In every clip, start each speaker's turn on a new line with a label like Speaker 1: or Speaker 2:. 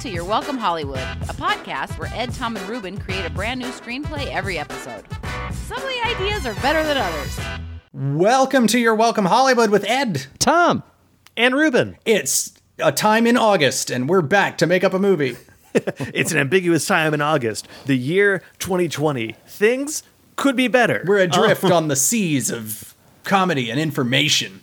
Speaker 1: to Your Welcome Hollywood, a podcast where Ed, Tom, and Ruben create a brand new screenplay every episode. Some of the ideas are better than others.
Speaker 2: Welcome to your Welcome Hollywood with Ed.
Speaker 3: Tom.
Speaker 4: and Ruben.
Speaker 2: It's a time in August, and we're back to make up a movie.
Speaker 4: It's an ambiguous time in August, the year 2020. Things could be better.
Speaker 2: We're adrift
Speaker 4: Oh.
Speaker 2: on the seas of comedy and information.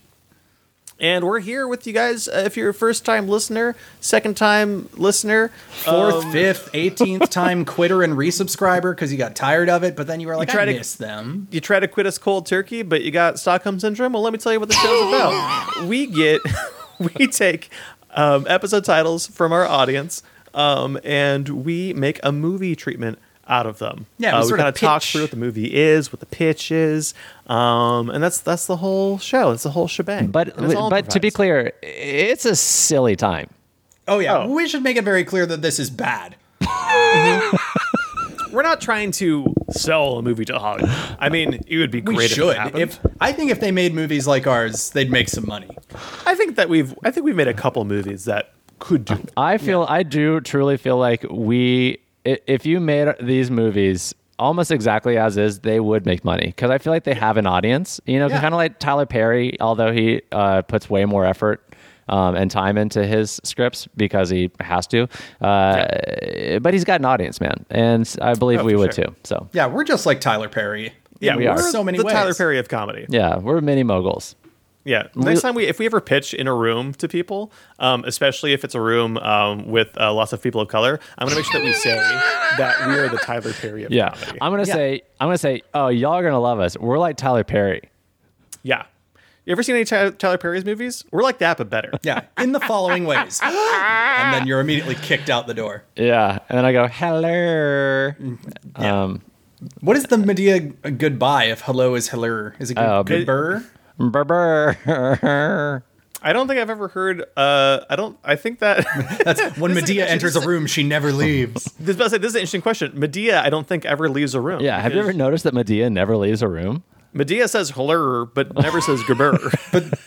Speaker 4: and we're here with you guys. Uh, if you're a first time listener, second time listener,
Speaker 2: Fourth,
Speaker 4: Um,
Speaker 2: fifth, eighteenth time quitter and resubscriber because you got tired of it, but then you were like,
Speaker 4: try
Speaker 2: I
Speaker 4: to-
Speaker 2: miss them.
Speaker 4: you try to quit us cold turkey, but you got Stockholm syndrome. Well, let me tell you what the show's about. We get, we take um, episode titles from our audience, um, and we make a movie treatment out of them.
Speaker 2: Yeah, we
Speaker 4: uh, we
Speaker 2: sort of
Speaker 4: kinda talk
Speaker 2: pitch.
Speaker 4: through what the movie is, what the pitch is, um, and that's that's the whole show. It's the whole shebang.
Speaker 3: But
Speaker 4: And it's all
Speaker 3: but to be
Speaker 4: improvised.
Speaker 3: clear, it's a silly time.
Speaker 2: Oh, yeah.
Speaker 4: Oh.
Speaker 2: We should make it very clear that this is bad.
Speaker 4: we're not trying to sell a movie to Hollywood. I mean, it would be
Speaker 2: We
Speaker 4: great if it
Speaker 2: should.
Speaker 4: happened.
Speaker 2: If I think if they made movies like ours, they'd make some money.
Speaker 4: I think that we've I think we've made a couple movies that could do. it.
Speaker 3: I feel I do truly feel like we i- if you made these movies almost exactly as is, they would make money because I feel like they have an audience. You know,
Speaker 2: Yeah.
Speaker 3: kind of like Tyler Perry, although he uh, puts way more effort. Um, and time into his scripts because he has to, uh, but he's got an audience, man, and I believe
Speaker 4: Oh,
Speaker 3: we
Speaker 4: for
Speaker 3: would
Speaker 4: sure.
Speaker 3: too. So
Speaker 2: Yeah, we're just like Tyler Perry.
Speaker 4: Yeah,
Speaker 2: in
Speaker 3: we are.
Speaker 2: So many
Speaker 4: the
Speaker 2: ways.
Speaker 4: Tyler Perry of comedy.
Speaker 3: yeah, we're mini moguls.
Speaker 4: Yeah. Next time we, if we ever pitch in a room to people, um, especially if it's a room um, with uh, lots of people of color, I'm gonna make sure that we say that we are the Tyler Perry of
Speaker 3: Yeah,
Speaker 4: comedy.
Speaker 3: I'm gonna
Speaker 2: Yeah.
Speaker 3: say, I'm gonna say, oh, y'all are gonna love us. We're like Tyler Perry.
Speaker 4: yeah. You ever seen any Ty- Tyler Perry's movies? We're like that, but better.
Speaker 2: Yeah, in the following ways. and then you're immediately kicked out the door.
Speaker 3: Yeah, and then I go, hello. Um,
Speaker 2: What is the Medea goodbye if hello is hello? Is it good,
Speaker 3: Uh,
Speaker 2: good burr?
Speaker 3: brr, brr.
Speaker 4: I don't think I've ever heard. Uh, I don't. I think that
Speaker 2: That's when
Speaker 4: This is-
Speaker 2: Medea
Speaker 4: this
Speaker 2: enters a room, she never leaves.
Speaker 4: this, this is an interesting question. Medea, I don't think ever leaves a room.
Speaker 3: Yeah, have you ever noticed that Medea never leaves a room?
Speaker 4: Medea says "hlur" but never says "gabur."
Speaker 2: But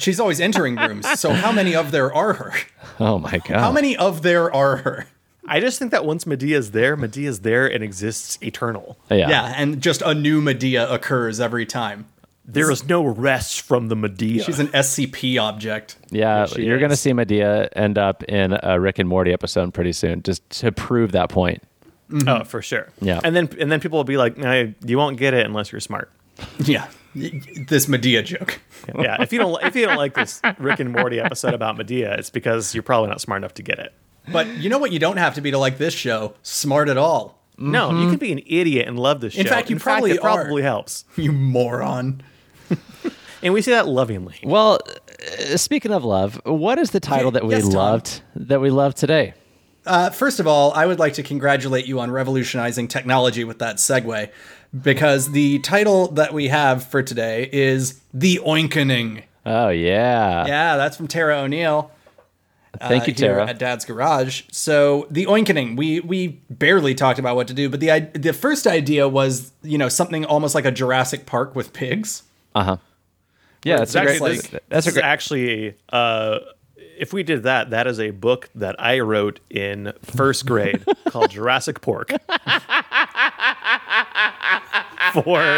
Speaker 2: she's always entering rooms. So how many of there are her?
Speaker 3: Oh my god.
Speaker 2: How many of there are her?
Speaker 4: I just think that once Medea's there, Medea's there and exists eternal.
Speaker 3: Yeah.
Speaker 2: and just a new Medea occurs every time.
Speaker 4: There is no rest from the Medea.
Speaker 2: She's an SCP object.
Speaker 3: Yeah,
Speaker 4: she
Speaker 3: you're gonna
Speaker 4: is.
Speaker 3: see Medea end up in a Rick and Morty episode pretty soon, just to prove that point.
Speaker 4: oh,
Speaker 2: Mm.
Speaker 4: for sure.
Speaker 3: Yeah.
Speaker 4: and then and then people will be like, "Nah, "You won't get it unless you're smart."
Speaker 2: Yeah, y- y- this Medea joke.
Speaker 4: Yeah, if you don't if you don't like this Rick and Morty episode about Medea, it's because you're probably not smart enough to get it.
Speaker 2: But you know what? You don't have to be to like this show. Smart at all,
Speaker 4: No, you can be an idiot and love this
Speaker 2: Mm-hmm. In
Speaker 4: show.
Speaker 2: fact, you probably
Speaker 4: it probably
Speaker 2: are.
Speaker 4: helps,
Speaker 2: you moron.
Speaker 4: and we say that lovingly.
Speaker 3: Well, uh, speaking of love, what is the title that we
Speaker 2: Yes, Tom.
Speaker 3: loved that we loved today?
Speaker 2: Uh, first of all, I would like to congratulate you on revolutionizing technology with that segue, because the title that we have for today is The Oinkening.
Speaker 3: Oh yeah.
Speaker 2: Yeah, that's from Tara O'Neill.
Speaker 3: Thank
Speaker 2: uh,
Speaker 3: you,
Speaker 2: here
Speaker 3: Tara.
Speaker 2: at Dad's Garage. So the oinkening, we we barely talked about what to do, but the i- the first idea was you know something almost like a Jurassic Park with pigs.
Speaker 3: yeah, that's a
Speaker 4: It's
Speaker 3: great.
Speaker 4: actually-
Speaker 2: like-
Speaker 3: that's a
Speaker 4: this is
Speaker 3: great.
Speaker 4: actually uh, if we did that, that is a book that I wrote in first grade called Jurassic Pork. for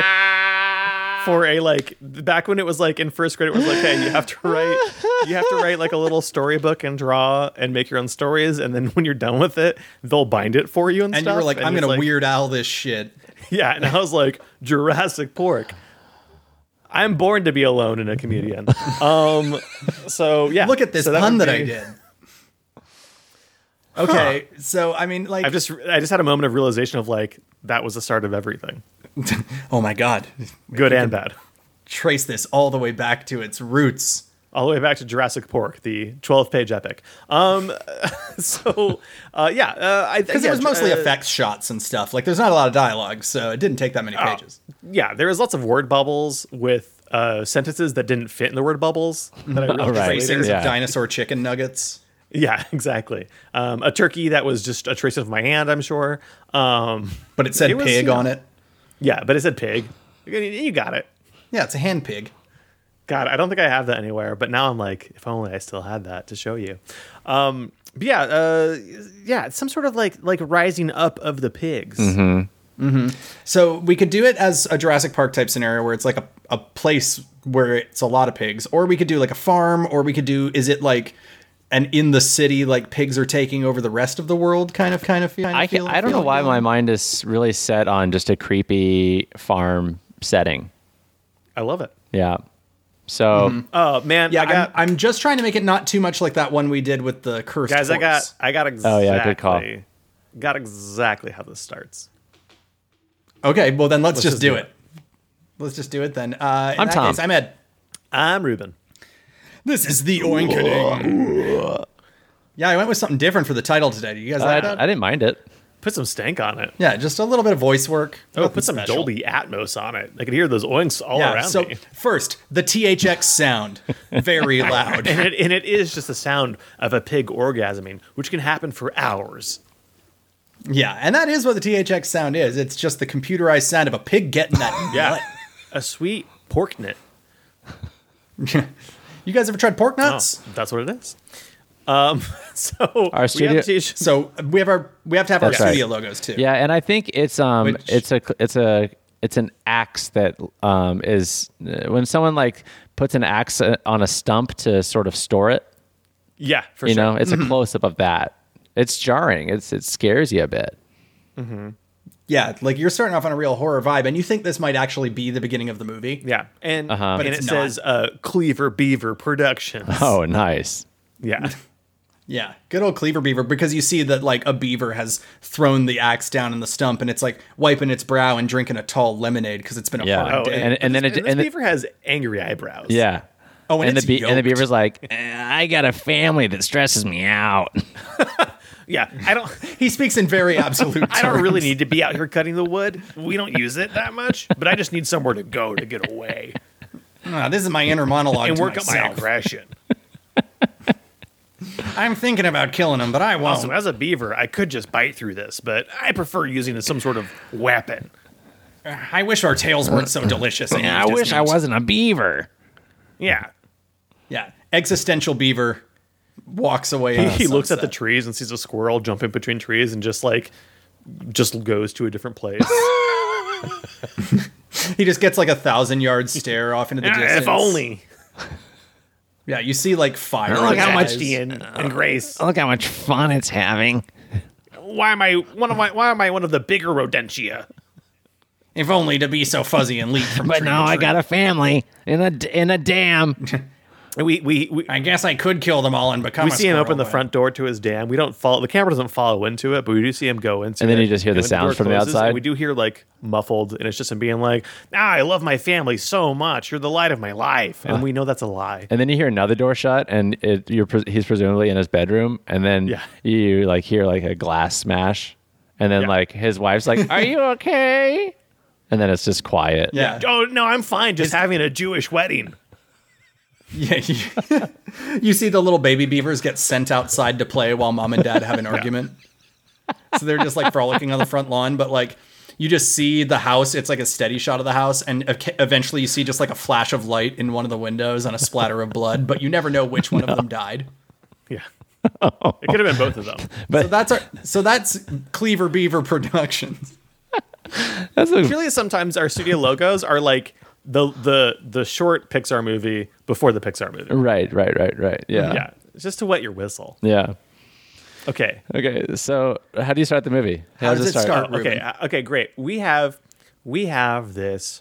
Speaker 4: for a like back when it was like in first grade it was like hey you have to write you have to write like a little storybook and draw and make your own stories and then when you're done with it they'll bind it for you and,
Speaker 2: And
Speaker 4: stuff
Speaker 2: you were like, I'm
Speaker 4: it's
Speaker 2: gonna weird owl this shit.
Speaker 4: yeah, and I was like, Jurassic Pork. I'm born to be alone and a comedian. Um, so yeah,
Speaker 2: Look at this
Speaker 4: So
Speaker 2: pun
Speaker 4: would
Speaker 2: that I
Speaker 4: be-
Speaker 2: did. Okay, so I mean, like,
Speaker 4: I've just I just had a moment of realization of like that was the start of everything,
Speaker 2: oh my god,
Speaker 4: good and bad,
Speaker 2: trace this all the way back to its roots.
Speaker 4: all the way back to Jurassic Pork, the 12 page epic. Um, so uh, yeah, uh, I
Speaker 2: Because it was mostly effects shots and stuff. Like, there's not a lot of dialogue, so it didn't take that
Speaker 4: Oh.
Speaker 2: many pages.
Speaker 4: Yeah, there was lots of word bubbles with uh, sentences that didn't fit in the word bubbles. That I realized
Speaker 3: Right,
Speaker 4: later.
Speaker 2: Tracings
Speaker 3: yeah.
Speaker 2: of dinosaur chicken nuggets.
Speaker 4: Yeah, exactly. Um, a turkey that was just a trace of my hand, I'm sure. Um,
Speaker 2: But it said
Speaker 4: It was,
Speaker 2: pig
Speaker 4: you know-
Speaker 2: on it.
Speaker 4: yeah, but it said pig. You you got it.
Speaker 2: Yeah, it's a hand pig.
Speaker 4: God, I don't think I have that anywhere, but now I'm like, if only I still had that to show you. Um, But yeah, uh, yeah, it's some sort of like like rising up of the pigs.
Speaker 3: Mm-hmm.
Speaker 2: So we could do it as a Jurassic Park type scenario where it's like a, a place where it's a lot of pigs, or we could do like a farm, or we could do is it like an in the city like pigs are taking over the rest of the world kind of kind of feel.
Speaker 3: I can,
Speaker 2: feel-
Speaker 3: I don't know
Speaker 2: feel
Speaker 3: why
Speaker 2: going?
Speaker 3: my mind is really set on just a creepy farm setting.
Speaker 4: I love it.
Speaker 3: Yeah. So
Speaker 4: Oh man,
Speaker 2: Yeah,
Speaker 4: I got
Speaker 2: I'm, I'm just trying to make it not too much like that one we did with the cursed
Speaker 4: guys. I got
Speaker 2: horse.
Speaker 4: I got
Speaker 3: Oh,
Speaker 4: exactly.
Speaker 3: yeah, good call.
Speaker 4: Got exactly how this starts.
Speaker 2: Okay, well then let's, just,
Speaker 4: just
Speaker 2: do,
Speaker 4: do
Speaker 2: it. Let's just do it then. Uh, in
Speaker 3: I'm
Speaker 2: that
Speaker 3: Tom.
Speaker 2: Case, I'm Ed.
Speaker 4: I'm Ruben.
Speaker 2: This is the oinkening. yeah, I went with something different for the title today. Do you guys
Speaker 3: I,
Speaker 2: like that?
Speaker 3: Uh, I didn't mind it.
Speaker 4: Put some stank on it.
Speaker 2: yeah, just a little bit of voice work.
Speaker 4: Oh,
Speaker 2: Nothing
Speaker 4: put some
Speaker 2: special.
Speaker 4: Dolby Atmos on it. I could hear those oinks all
Speaker 2: Yeah.
Speaker 4: around
Speaker 2: so
Speaker 4: me.
Speaker 2: first, the THX sound, very loud.
Speaker 4: And it, and it is just the sound of a pig orgasming, which can happen for hours.
Speaker 2: yeah, and that is what the THX sound is. It's just the computerized sound of a pig getting that.
Speaker 4: Yeah. a sweet pork nut.
Speaker 2: nut. you guys ever tried pork
Speaker 4: Oh,
Speaker 2: nuts?
Speaker 4: that's what it is. Um, so
Speaker 3: Our
Speaker 4: we
Speaker 3: studio-
Speaker 4: have to-
Speaker 2: So we have our we have to have our
Speaker 3: That's right.
Speaker 2: studio logos too.
Speaker 3: Yeah, and I think it's um
Speaker 2: Which-
Speaker 3: it's a it's a it's an axe that um is when someone like puts an axe uh, on a stump to sort of store it,
Speaker 4: yeah, for
Speaker 3: you
Speaker 4: sure.
Speaker 3: know, it's a close up of that. It's jarring. It's it scares you a bit.
Speaker 2: Yeah, like you're starting off on a real horror vibe, and you think this might actually be the beginning of the movie.
Speaker 4: Yeah, and
Speaker 3: Uh-huh.
Speaker 2: But
Speaker 4: and it
Speaker 2: it's not.
Speaker 4: says uh, Cleaver Beaver Productions.
Speaker 3: Oh, nice.
Speaker 4: yeah,
Speaker 2: Yeah, good old Cleaver Beaver, because you see that like a beaver has thrown the axe down in the stump, and it's like wiping its brow and drinking a tall lemonade because it's been a
Speaker 3: Yeah.
Speaker 2: hard
Speaker 4: oh,
Speaker 2: day.
Speaker 3: and- and then it-
Speaker 4: this
Speaker 3: and it-
Speaker 4: beaver has angry eyebrows.
Speaker 3: Yeah.
Speaker 2: Oh, and
Speaker 3: and
Speaker 2: it's
Speaker 3: the and the
Speaker 2: yoked.
Speaker 3: beaver's like, "Eh, I got a family that stresses me out.
Speaker 4: yeah. I don't.
Speaker 2: he speaks in very absolute.
Speaker 4: I don't really
Speaker 2: terms.
Speaker 4: need to be out here cutting the wood. We don't use it that much, but I just need somewhere to go to get away
Speaker 2: Ah, this is my inner monologue.
Speaker 4: and
Speaker 2: to
Speaker 4: work on my
Speaker 2: myself.
Speaker 4: aggression.
Speaker 2: I'm thinking about killing him, but I won't.
Speaker 4: So as a beaver, I could just bite through this, but I prefer using some sort of weapon.
Speaker 2: I wish our tails weren't so delicious. and
Speaker 3: Uh, I
Speaker 2: used as
Speaker 3: wish I
Speaker 2: meat.
Speaker 3: wasn't a beaver.
Speaker 4: Yeah.
Speaker 2: Yeah, existential beaver walks away.
Speaker 4: He,
Speaker 2: at
Speaker 4: he looks at the
Speaker 2: sunset.
Speaker 4: trees and sees a squirrel jumping between trees and just like just goes to a different place.
Speaker 2: He just gets like a thousand yard stare off into the
Speaker 4: Ah,
Speaker 2: distance.
Speaker 4: if only.
Speaker 2: Yeah, you see like fire.
Speaker 4: Look
Speaker 2: in his
Speaker 4: how much
Speaker 2: eyes.
Speaker 4: Dean and Grace.
Speaker 3: Look how much fun it's having.
Speaker 4: Why am I one of my? Why am I one of the bigger rodentia?
Speaker 2: If only to be so fuzzy and leap from
Speaker 3: But
Speaker 2: tree
Speaker 3: now
Speaker 2: to
Speaker 3: I
Speaker 2: tree.
Speaker 3: got a family in a in a dam.
Speaker 4: We we we,
Speaker 2: I guess I could kill them all and become.
Speaker 4: we
Speaker 2: a
Speaker 4: see him
Speaker 2: squirrel,
Speaker 4: open the
Speaker 2: but-
Speaker 4: front door to his dam. We don't follow. The camera doesn't follow into it, but we do see him go into.
Speaker 3: And then
Speaker 4: it.
Speaker 3: you just hear the
Speaker 4: when door
Speaker 3: sounds from the
Speaker 4: closes,
Speaker 3: outside.
Speaker 4: and We do hear like muffled, and it's just him being like, "Ah, I love my family so much. You're the light of my life," and we know that's a lie.
Speaker 3: And then you hear another door shut, and it, you're pres he's presumably in his bedroom. And then
Speaker 4: Yeah.
Speaker 3: you like hear like a glass smash, and then
Speaker 4: Yeah.
Speaker 3: like his wife's like, "Are you okay?" And then it's just quiet.
Speaker 2: Yeah,
Speaker 4: Oh no, I'm fine. Just having a Jewish wedding.
Speaker 2: yeah. You, you see the little baby beavers get sent outside to play while mom and dad have an argument. So they're just like frolicking on the front lawn, but like you just see the house. It's like a steady shot of the house, and ev- eventually you see just like a flash of light in one of the windows and a splatter of blood. But you never know which one of them died.
Speaker 4: Yeah, it could have been both of them.
Speaker 2: So that's our. So that's Cleaver Beaver Productions.
Speaker 3: That's a,
Speaker 4: Really, sometimes our studio logos are like the the the short Pixar movie before the Pixar movie.
Speaker 3: right, right, right, right. Yeah.
Speaker 4: Yeah, it's just to wet your whistle.
Speaker 3: Yeah.
Speaker 4: Okay,
Speaker 3: Okay. So how do you start the movie?
Speaker 2: How does it start? Ruben?
Speaker 4: okay uh, okay great we have we have this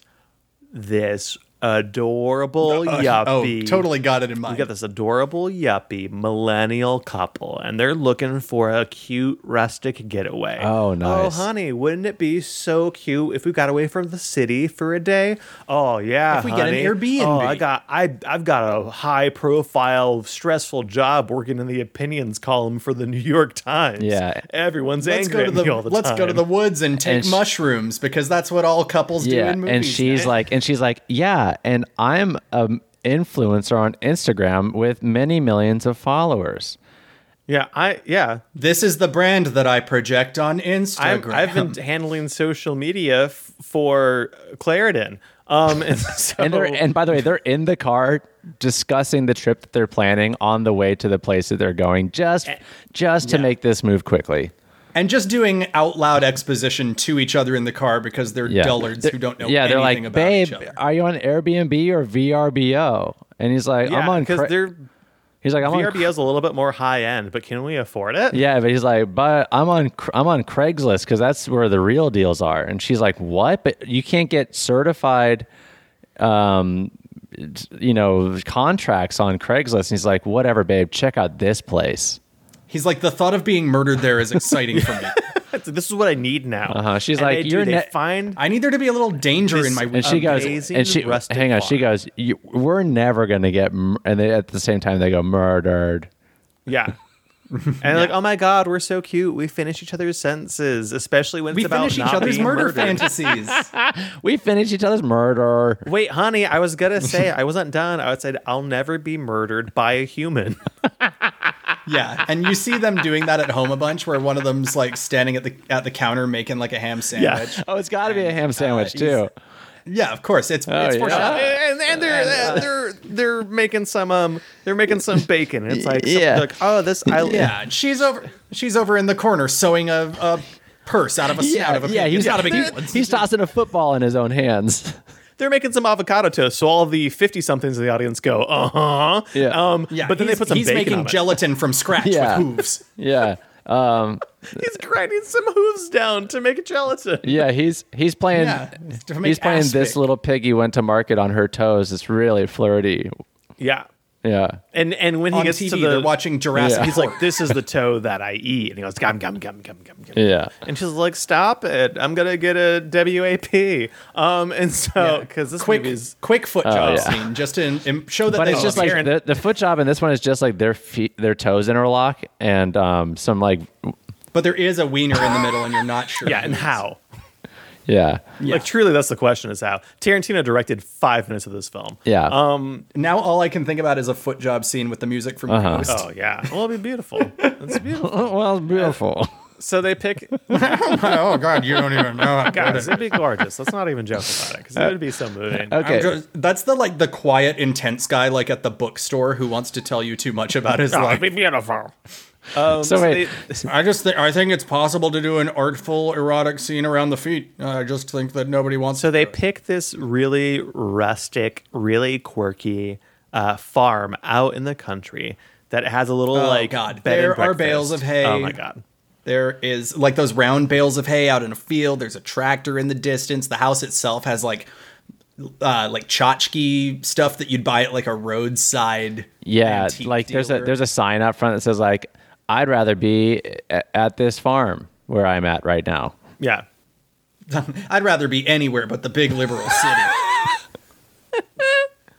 Speaker 4: this adorable
Speaker 2: Oh,
Speaker 4: yuppie
Speaker 2: totally got it in
Speaker 4: we
Speaker 2: mind.
Speaker 4: got this adorable yuppie millennial couple and they're looking for a cute rustic getaway
Speaker 3: Oh,
Speaker 4: oh
Speaker 3: nice.
Speaker 4: honey wouldn't it be so cute if we got away from the city for a day oh yeah
Speaker 2: If we get an
Speaker 4: honey.
Speaker 2: Airbnb.
Speaker 4: oh, i got I, i've got a high profile stressful job working in the opinions column for the new york times
Speaker 3: Yeah.
Speaker 4: everyone's
Speaker 2: let's go
Speaker 4: angry
Speaker 2: to
Speaker 4: at me
Speaker 2: the,
Speaker 4: all the
Speaker 2: let's
Speaker 4: time
Speaker 2: go to the woods and take
Speaker 3: And sh-
Speaker 2: mushrooms because that's what all couples do
Speaker 3: Yeah.
Speaker 2: in movies. eh?
Speaker 3: And she's
Speaker 2: now.
Speaker 3: like, and she's like, yeah. And I'm an influencer on Instagram with many millions of followers.
Speaker 4: Yeah, I yeah.
Speaker 2: This is the brand that I project on
Speaker 4: I'm,
Speaker 2: Instagram.
Speaker 4: I've been handling social media f- for Claritin. Um, and, so,
Speaker 3: And they're and by the way, they're in the car discussing the trip that they're planning on the way to the place that they're going, just
Speaker 2: Eh,
Speaker 3: just to make this move quickly.
Speaker 2: and just doing out loud exposition to each other in the car because they're
Speaker 3: Yeah,
Speaker 2: dullards
Speaker 3: They're-
Speaker 2: who don't know
Speaker 3: Yeah,
Speaker 2: anything
Speaker 3: they're like,
Speaker 2: about
Speaker 3: babe,
Speaker 2: each other.
Speaker 3: are you on Airbnb or VRBO? And he's like, I'm on.
Speaker 4: because
Speaker 3: Cra-
Speaker 4: they're
Speaker 3: he's like, I'm on.
Speaker 4: VRBO is a little bit more high end, but can we afford it?
Speaker 3: Yeah, but he's like, but I'm on Cra- I'm on Craigslist because that's where the real deals are. And she's like, what? But you can't get certified, um, t- you know, contracts on Craigslist. And he's like, whatever, babe. Check out this place.
Speaker 2: He's like, the thought of being murdered there is exciting for me.
Speaker 4: That's- this is what I need now.
Speaker 3: Uh-huh. She's
Speaker 4: And
Speaker 3: like,
Speaker 4: they do,
Speaker 3: "You're
Speaker 4: they
Speaker 3: net-
Speaker 4: find
Speaker 2: I need there to be a little danger in my. um,
Speaker 4: And
Speaker 3: And she goes,
Speaker 4: Amazing
Speaker 3: and she
Speaker 4: rustic
Speaker 3: hang on. She
Speaker 4: farm.
Speaker 3: goes, you, we're never gonna get. mur- And they, at the same time, they go murdered.
Speaker 4: yeah." And like, oh my god, we're so cute. We finish each other's sentences, especially when it's
Speaker 2: we
Speaker 4: about
Speaker 2: finish each
Speaker 4: not
Speaker 2: other's
Speaker 4: being
Speaker 2: murder
Speaker 4: murdered.
Speaker 2: fantasies.
Speaker 3: We finish each other's murder.
Speaker 4: Wait, honey, I was gonna say I wasn't done. I would say I'll never be murdered by a human.
Speaker 2: yeah, and you see them doing that at home a bunch, where one of them's like standing at the at the counter making like a ham sandwich.
Speaker 3: Oh, it's got to be a ham sandwich
Speaker 2: he's-
Speaker 3: too.
Speaker 2: Yeah, of course, it's it's
Speaker 3: Oh, yeah.
Speaker 2: foreshadowing.
Speaker 4: and, and uh, they're they're they're making some um they're making some bacon. And it's like, some-
Speaker 3: Yeah.
Speaker 4: like oh this I
Speaker 2: Yeah, and she's over. She's over in the corner sewing a, a purse out of a out of a.
Speaker 3: yeah.
Speaker 2: pig.
Speaker 3: He's
Speaker 2: it's not a big
Speaker 3: he's-
Speaker 2: deal. It's-
Speaker 3: He's tossing a football in his own hands.
Speaker 4: they're making some avocado toast. So all the fifty somethings in the audience go, uh huh.
Speaker 3: Yeah.
Speaker 4: Um.
Speaker 2: yeah,
Speaker 4: But then they
Speaker 2: he's-
Speaker 4: put some
Speaker 2: He's
Speaker 4: bacon
Speaker 2: making
Speaker 4: on it.
Speaker 2: gelatin from scratch
Speaker 3: Yeah.
Speaker 2: with hooves.
Speaker 3: Yeah. Um,
Speaker 4: He's grinding some hooves down to make a gelatin.
Speaker 3: yeah, he's he's playing
Speaker 2: Yeah, to make
Speaker 3: he's playing
Speaker 2: ass
Speaker 3: this
Speaker 2: big.
Speaker 3: little piggy went to market on her toes. It's really flirty.
Speaker 4: Yeah.
Speaker 3: Yeah.
Speaker 4: And and when he
Speaker 2: On
Speaker 4: gets
Speaker 2: TV,
Speaker 4: to the
Speaker 2: they're watching Jurassic.
Speaker 3: Yeah.
Speaker 4: he's like, this is the toe that I eat, and he goes gum gum gum gum gum gum.
Speaker 3: Yeah.
Speaker 4: And she's like, "Stop it! I'm gonna get a WAP." Um, and so because this
Speaker 2: quick,
Speaker 4: movie's
Speaker 2: quick foot job
Speaker 3: Oh, yeah.
Speaker 2: scene just to im- show that.
Speaker 3: But
Speaker 2: they
Speaker 3: it's just
Speaker 2: love
Speaker 3: like
Speaker 2: Karen.
Speaker 3: the, the foot job in this one is just like their feet, their toes interlock, and um, some like,
Speaker 2: but there is a wiener in the middle, and you're not sure.
Speaker 4: yeah, and how?
Speaker 3: yeah,
Speaker 2: Yeah.
Speaker 4: Like truly, that's the question: is how Tarantino directed five minutes of this film.
Speaker 3: yeah,
Speaker 2: Now all I can think about is a foot job scene with the music from
Speaker 3: Uh-huh.
Speaker 2: Ghost.
Speaker 4: Oh yeah. Well, it'd be beautiful. It's beautiful.
Speaker 3: Oh, well, it's beautiful.
Speaker 4: So they pick
Speaker 2: oh God, you don't even know. How
Speaker 4: guys. It'd be gorgeous. Let's not even joke about it because it would be so moving.
Speaker 3: Okay,
Speaker 2: that's the like the quiet, intense guy like at the bookstore who wants to tell you too much about his
Speaker 4: Oh,
Speaker 2: life.
Speaker 4: it'd be beautiful. Um,
Speaker 3: so wait,
Speaker 4: they-
Speaker 2: I just think I think it's possible to do an artful erotic scene around the feet. I just think that nobody wants.
Speaker 4: So they pick this really rustic, really quirky uh, farm out in the country that has a little
Speaker 2: Oh,
Speaker 4: like
Speaker 2: God.
Speaker 4: bed
Speaker 2: There
Speaker 4: and
Speaker 2: are
Speaker 4: breakfast.
Speaker 2: bales of hay.
Speaker 4: Oh my god.
Speaker 2: There is like those round bales of hay out in a field. There's a tractor in the distance. The house itself has like uh like tchotchke stuff that you'd buy at like a roadside.
Speaker 3: yeah,
Speaker 2: antique
Speaker 3: like there's a
Speaker 2: dealer.
Speaker 3: there's a sign out front that says like, I'd rather be a- at this farm where I'm at right now.
Speaker 4: Yeah.
Speaker 2: I'd rather be anywhere but the big liberal city.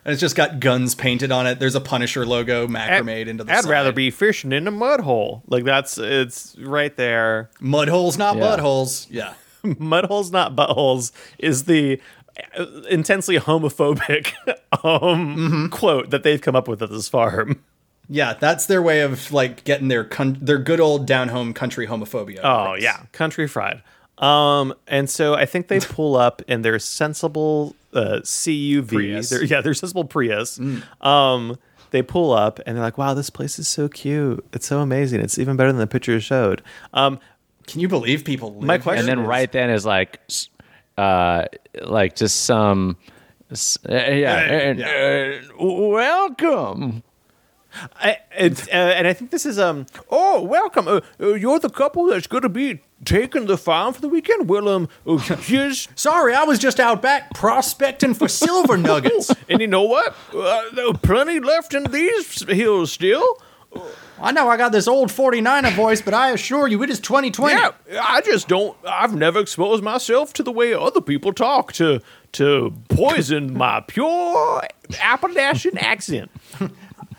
Speaker 2: and it's just got guns painted on it. There's a Punisher logo macrame into the
Speaker 4: I'd
Speaker 2: side.
Speaker 4: rather be fishing in a mud hole. Like that's it's right there.
Speaker 2: mud holes, not
Speaker 3: Yeah.
Speaker 2: buttholes. Yeah.
Speaker 4: mud holes, not buttholes is the uh, intensely homophobic um quote that they've come up with at this farm.
Speaker 2: Yeah, that's their way of like getting their con- their good old down home country homophobia.
Speaker 4: Oh yeah, country fried. Um, and so I think they pull up in their sensible uh, CUV.
Speaker 2: Prius.
Speaker 4: Their- yeah, their sensible Prius. Um, they pull up and they're like, "Wow, this place is so cute. It's so amazing. It's even better than the picture showed." Um,
Speaker 2: Can you believe people live
Speaker 4: My question-
Speaker 3: and then
Speaker 4: is-
Speaker 3: right then is like, s- uh, like just some, s- uh, yeah, and, uh, welcome.
Speaker 4: I, it's, uh, and I think this is um. Oh, welcome. Uh, uh, you're the couple that's going to be taking the farm for the weekend. Well, um, uh, here's
Speaker 2: Sorry, I was just out back prospecting for silver nuggets.
Speaker 4: and you know what? Uh, there are plenty left in these hills still.
Speaker 2: I know I got this old 49er voice, but I assure you it is 2020.
Speaker 4: Yeah, I just don't. I've never exposed myself to the way other people talk to to poison my pure Appalachian accent.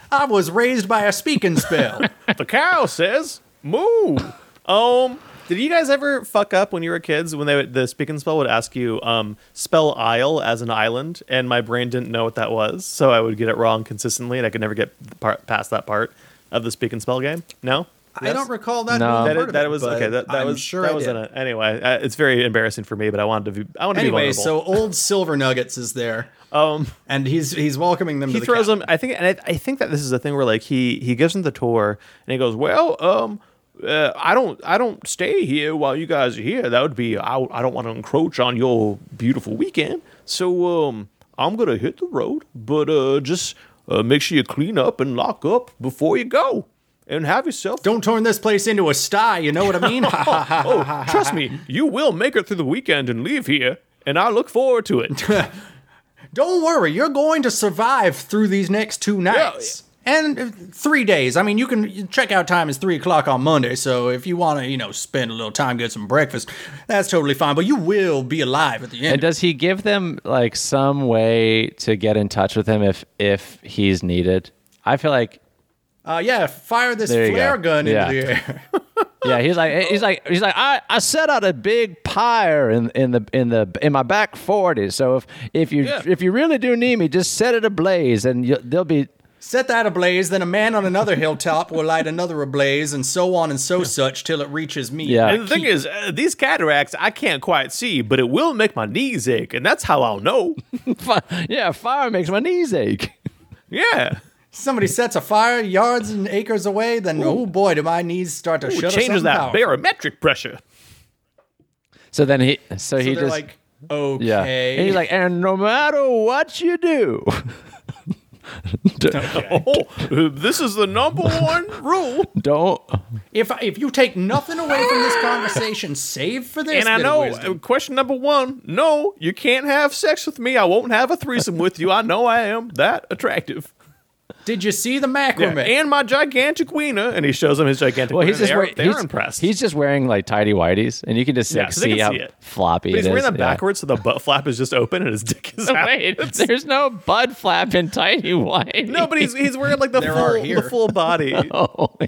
Speaker 2: I was raised by a speaking spell.
Speaker 4: The cow says moo. Um, did you guys ever fuck up when you were kids when they would, the speaking spell would ask you um spell isle as an island, and my brain didn't know what that was, so I would get it wrong consistently, and I could never get the part, past that part of the speaking spell game. No.
Speaker 2: I don't recall that.
Speaker 3: No.
Speaker 2: being
Speaker 4: That,
Speaker 2: part
Speaker 4: it-
Speaker 2: of
Speaker 4: that
Speaker 2: it,
Speaker 4: was
Speaker 2: but
Speaker 4: okay. That, that
Speaker 2: I'm
Speaker 4: was
Speaker 2: sure
Speaker 4: that
Speaker 2: I
Speaker 4: was
Speaker 2: did.
Speaker 4: in it anyway. Uh, it's very embarrassing for me, but I wanted to. Be, I want to
Speaker 2: Anyway,
Speaker 4: be
Speaker 2: so
Speaker 4: vulnerable.
Speaker 2: old Silver Nuggets is there,
Speaker 4: um,
Speaker 2: and he's he's welcoming them.
Speaker 4: he
Speaker 2: to the
Speaker 4: throws
Speaker 2: cabin.
Speaker 4: him. I think, and I, I think that this is a thing where like he he gives him the tour and he goes, well, um. Uh, I don't. I don't stay here while you guys are here. That would be. I. I don't want to encroach on your beautiful weekend. So um, I'm gonna hit the road. But uh, just uh, make sure you clean up and lock up before you go, and have yourself.
Speaker 2: Don't turn this place into a sty. You know what I mean? Ha, ha, ha.
Speaker 4: Oh, trust me, you will make it through the weekend and leave here, and I look forward to it.
Speaker 2: Don't worry, you're going to survive through these next two nights. And uh, three days. I mean, you can check out time is three o'clock on Monday. So if you want to, you know, spend a little time, get some breakfast, that's totally fine. But you will be alive at the end.
Speaker 3: And does he give them like some way to get in touch with him if if he's needed? I feel like
Speaker 2: Uh, yeah, fire this
Speaker 3: There you
Speaker 2: flare
Speaker 3: go.
Speaker 2: gun into
Speaker 3: Yeah.
Speaker 2: the air.
Speaker 3: yeah, he's like he's like he's like I, I set out a big pyre in in the in the in my back forty. So if if you
Speaker 4: Yeah.
Speaker 3: if you really do need me, just set it ablaze and you, they'll be
Speaker 2: Set that ablaze, then a man on another hilltop will light another ablaze, and so on and so such till it reaches me.
Speaker 3: Yeah.
Speaker 4: And the thing is, uh, these cataracts I can't quite see, but it will make my knees ache, and that's how I'll know.
Speaker 3: fi- yeah. Fire makes my knees ache.
Speaker 4: Yeah,
Speaker 2: Somebody sets a fire yards and acres away, then oh boy, do my knees start to
Speaker 4: Ooh,
Speaker 2: shudder.
Speaker 4: changes
Speaker 2: something
Speaker 4: that
Speaker 2: powerful.
Speaker 4: barometric pressure.
Speaker 3: So then he so,
Speaker 2: So
Speaker 3: he
Speaker 2: they're
Speaker 3: just
Speaker 2: like, okay.
Speaker 3: yeah. And he's like, and no matter what you do,
Speaker 4: Oh, uh, this is the number one rule,
Speaker 3: don't
Speaker 2: If if you take nothing away from this conversation, save for this,
Speaker 4: and I
Speaker 2: bit of
Speaker 4: know.
Speaker 2: wisdom,
Speaker 4: uh, Question number one: No, you can't have sex with me. I won't have a threesome with you. I know I am that attractive.
Speaker 2: did you see the
Speaker 4: Yeah,
Speaker 2: macrame?
Speaker 4: and my gigantic wiener, and he shows them his gigantic.
Speaker 3: Well,
Speaker 4: wiener.
Speaker 3: he's just
Speaker 4: they're,
Speaker 3: wearing,
Speaker 4: they're
Speaker 3: he's,
Speaker 4: impressed.
Speaker 3: he's just wearing like tidy whities, and you can just
Speaker 4: Yeah,
Speaker 3: like,
Speaker 4: 'cause they
Speaker 3: see
Speaker 4: can
Speaker 3: how
Speaker 4: see it.
Speaker 3: floppy.
Speaker 4: But he's
Speaker 3: it
Speaker 4: wearing
Speaker 3: is.
Speaker 4: them backwards, so the butt flap is just open and his dick is
Speaker 3: Yeah.
Speaker 4: out.
Speaker 3: Wait, thehere's no bud flap in tidy whities.
Speaker 4: No, but he's he's wearing like the
Speaker 2: There are
Speaker 4: full the
Speaker 2: here.
Speaker 4: full body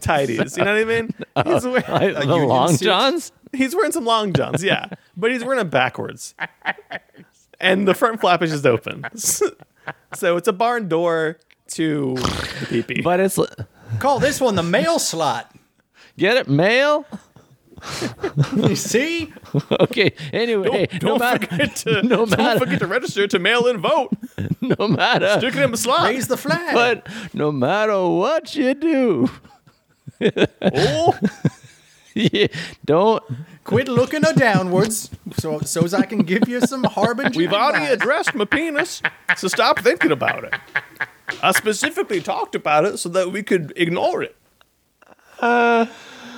Speaker 4: tidies. You know what I mean? He's wearing,
Speaker 3: the long
Speaker 2: suit.
Speaker 3: johns.
Speaker 4: he's wearing some long johns, yeah, but he's wearing them backwards, and the front flap is just open. so it's a barn door to the peepee.
Speaker 3: But it's
Speaker 2: Call this one the mail slot.
Speaker 3: get it male.
Speaker 2: You see,
Speaker 3: Okay. Anyway,
Speaker 4: don't
Speaker 3: no matter,
Speaker 4: forget to
Speaker 3: no
Speaker 4: don't
Speaker 3: matter-
Speaker 4: forget to register to mail in vote.
Speaker 3: no matter,
Speaker 4: Stick it in the slot.
Speaker 2: raise the flag.
Speaker 3: but no matter what you do,
Speaker 4: Oh,
Speaker 3: you don't.
Speaker 2: Quit looking her downwards, so so as I can give you some harbinger.
Speaker 4: We've already
Speaker 2: advice.
Speaker 4: addressed my penis, so stop thinking about it. I specifically talked about it so that we could ignore it.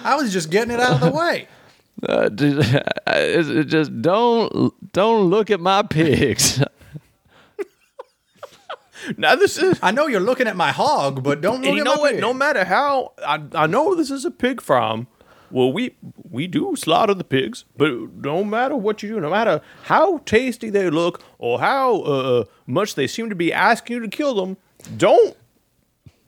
Speaker 2: I was just getting it out of the way.
Speaker 3: Uh, just, it's- it just don't don't look at my pigs.
Speaker 4: Now this is
Speaker 2: I know you're looking at my hog, but don't look
Speaker 4: you
Speaker 2: at
Speaker 4: know
Speaker 2: my
Speaker 4: what?
Speaker 2: beard.
Speaker 4: No matter how I, I know this is a pig farm. Well, we we do slaughter the pigs, but no matter what you do, no matter how tasty they look or how uh, much they seem to be asking you to kill them, don't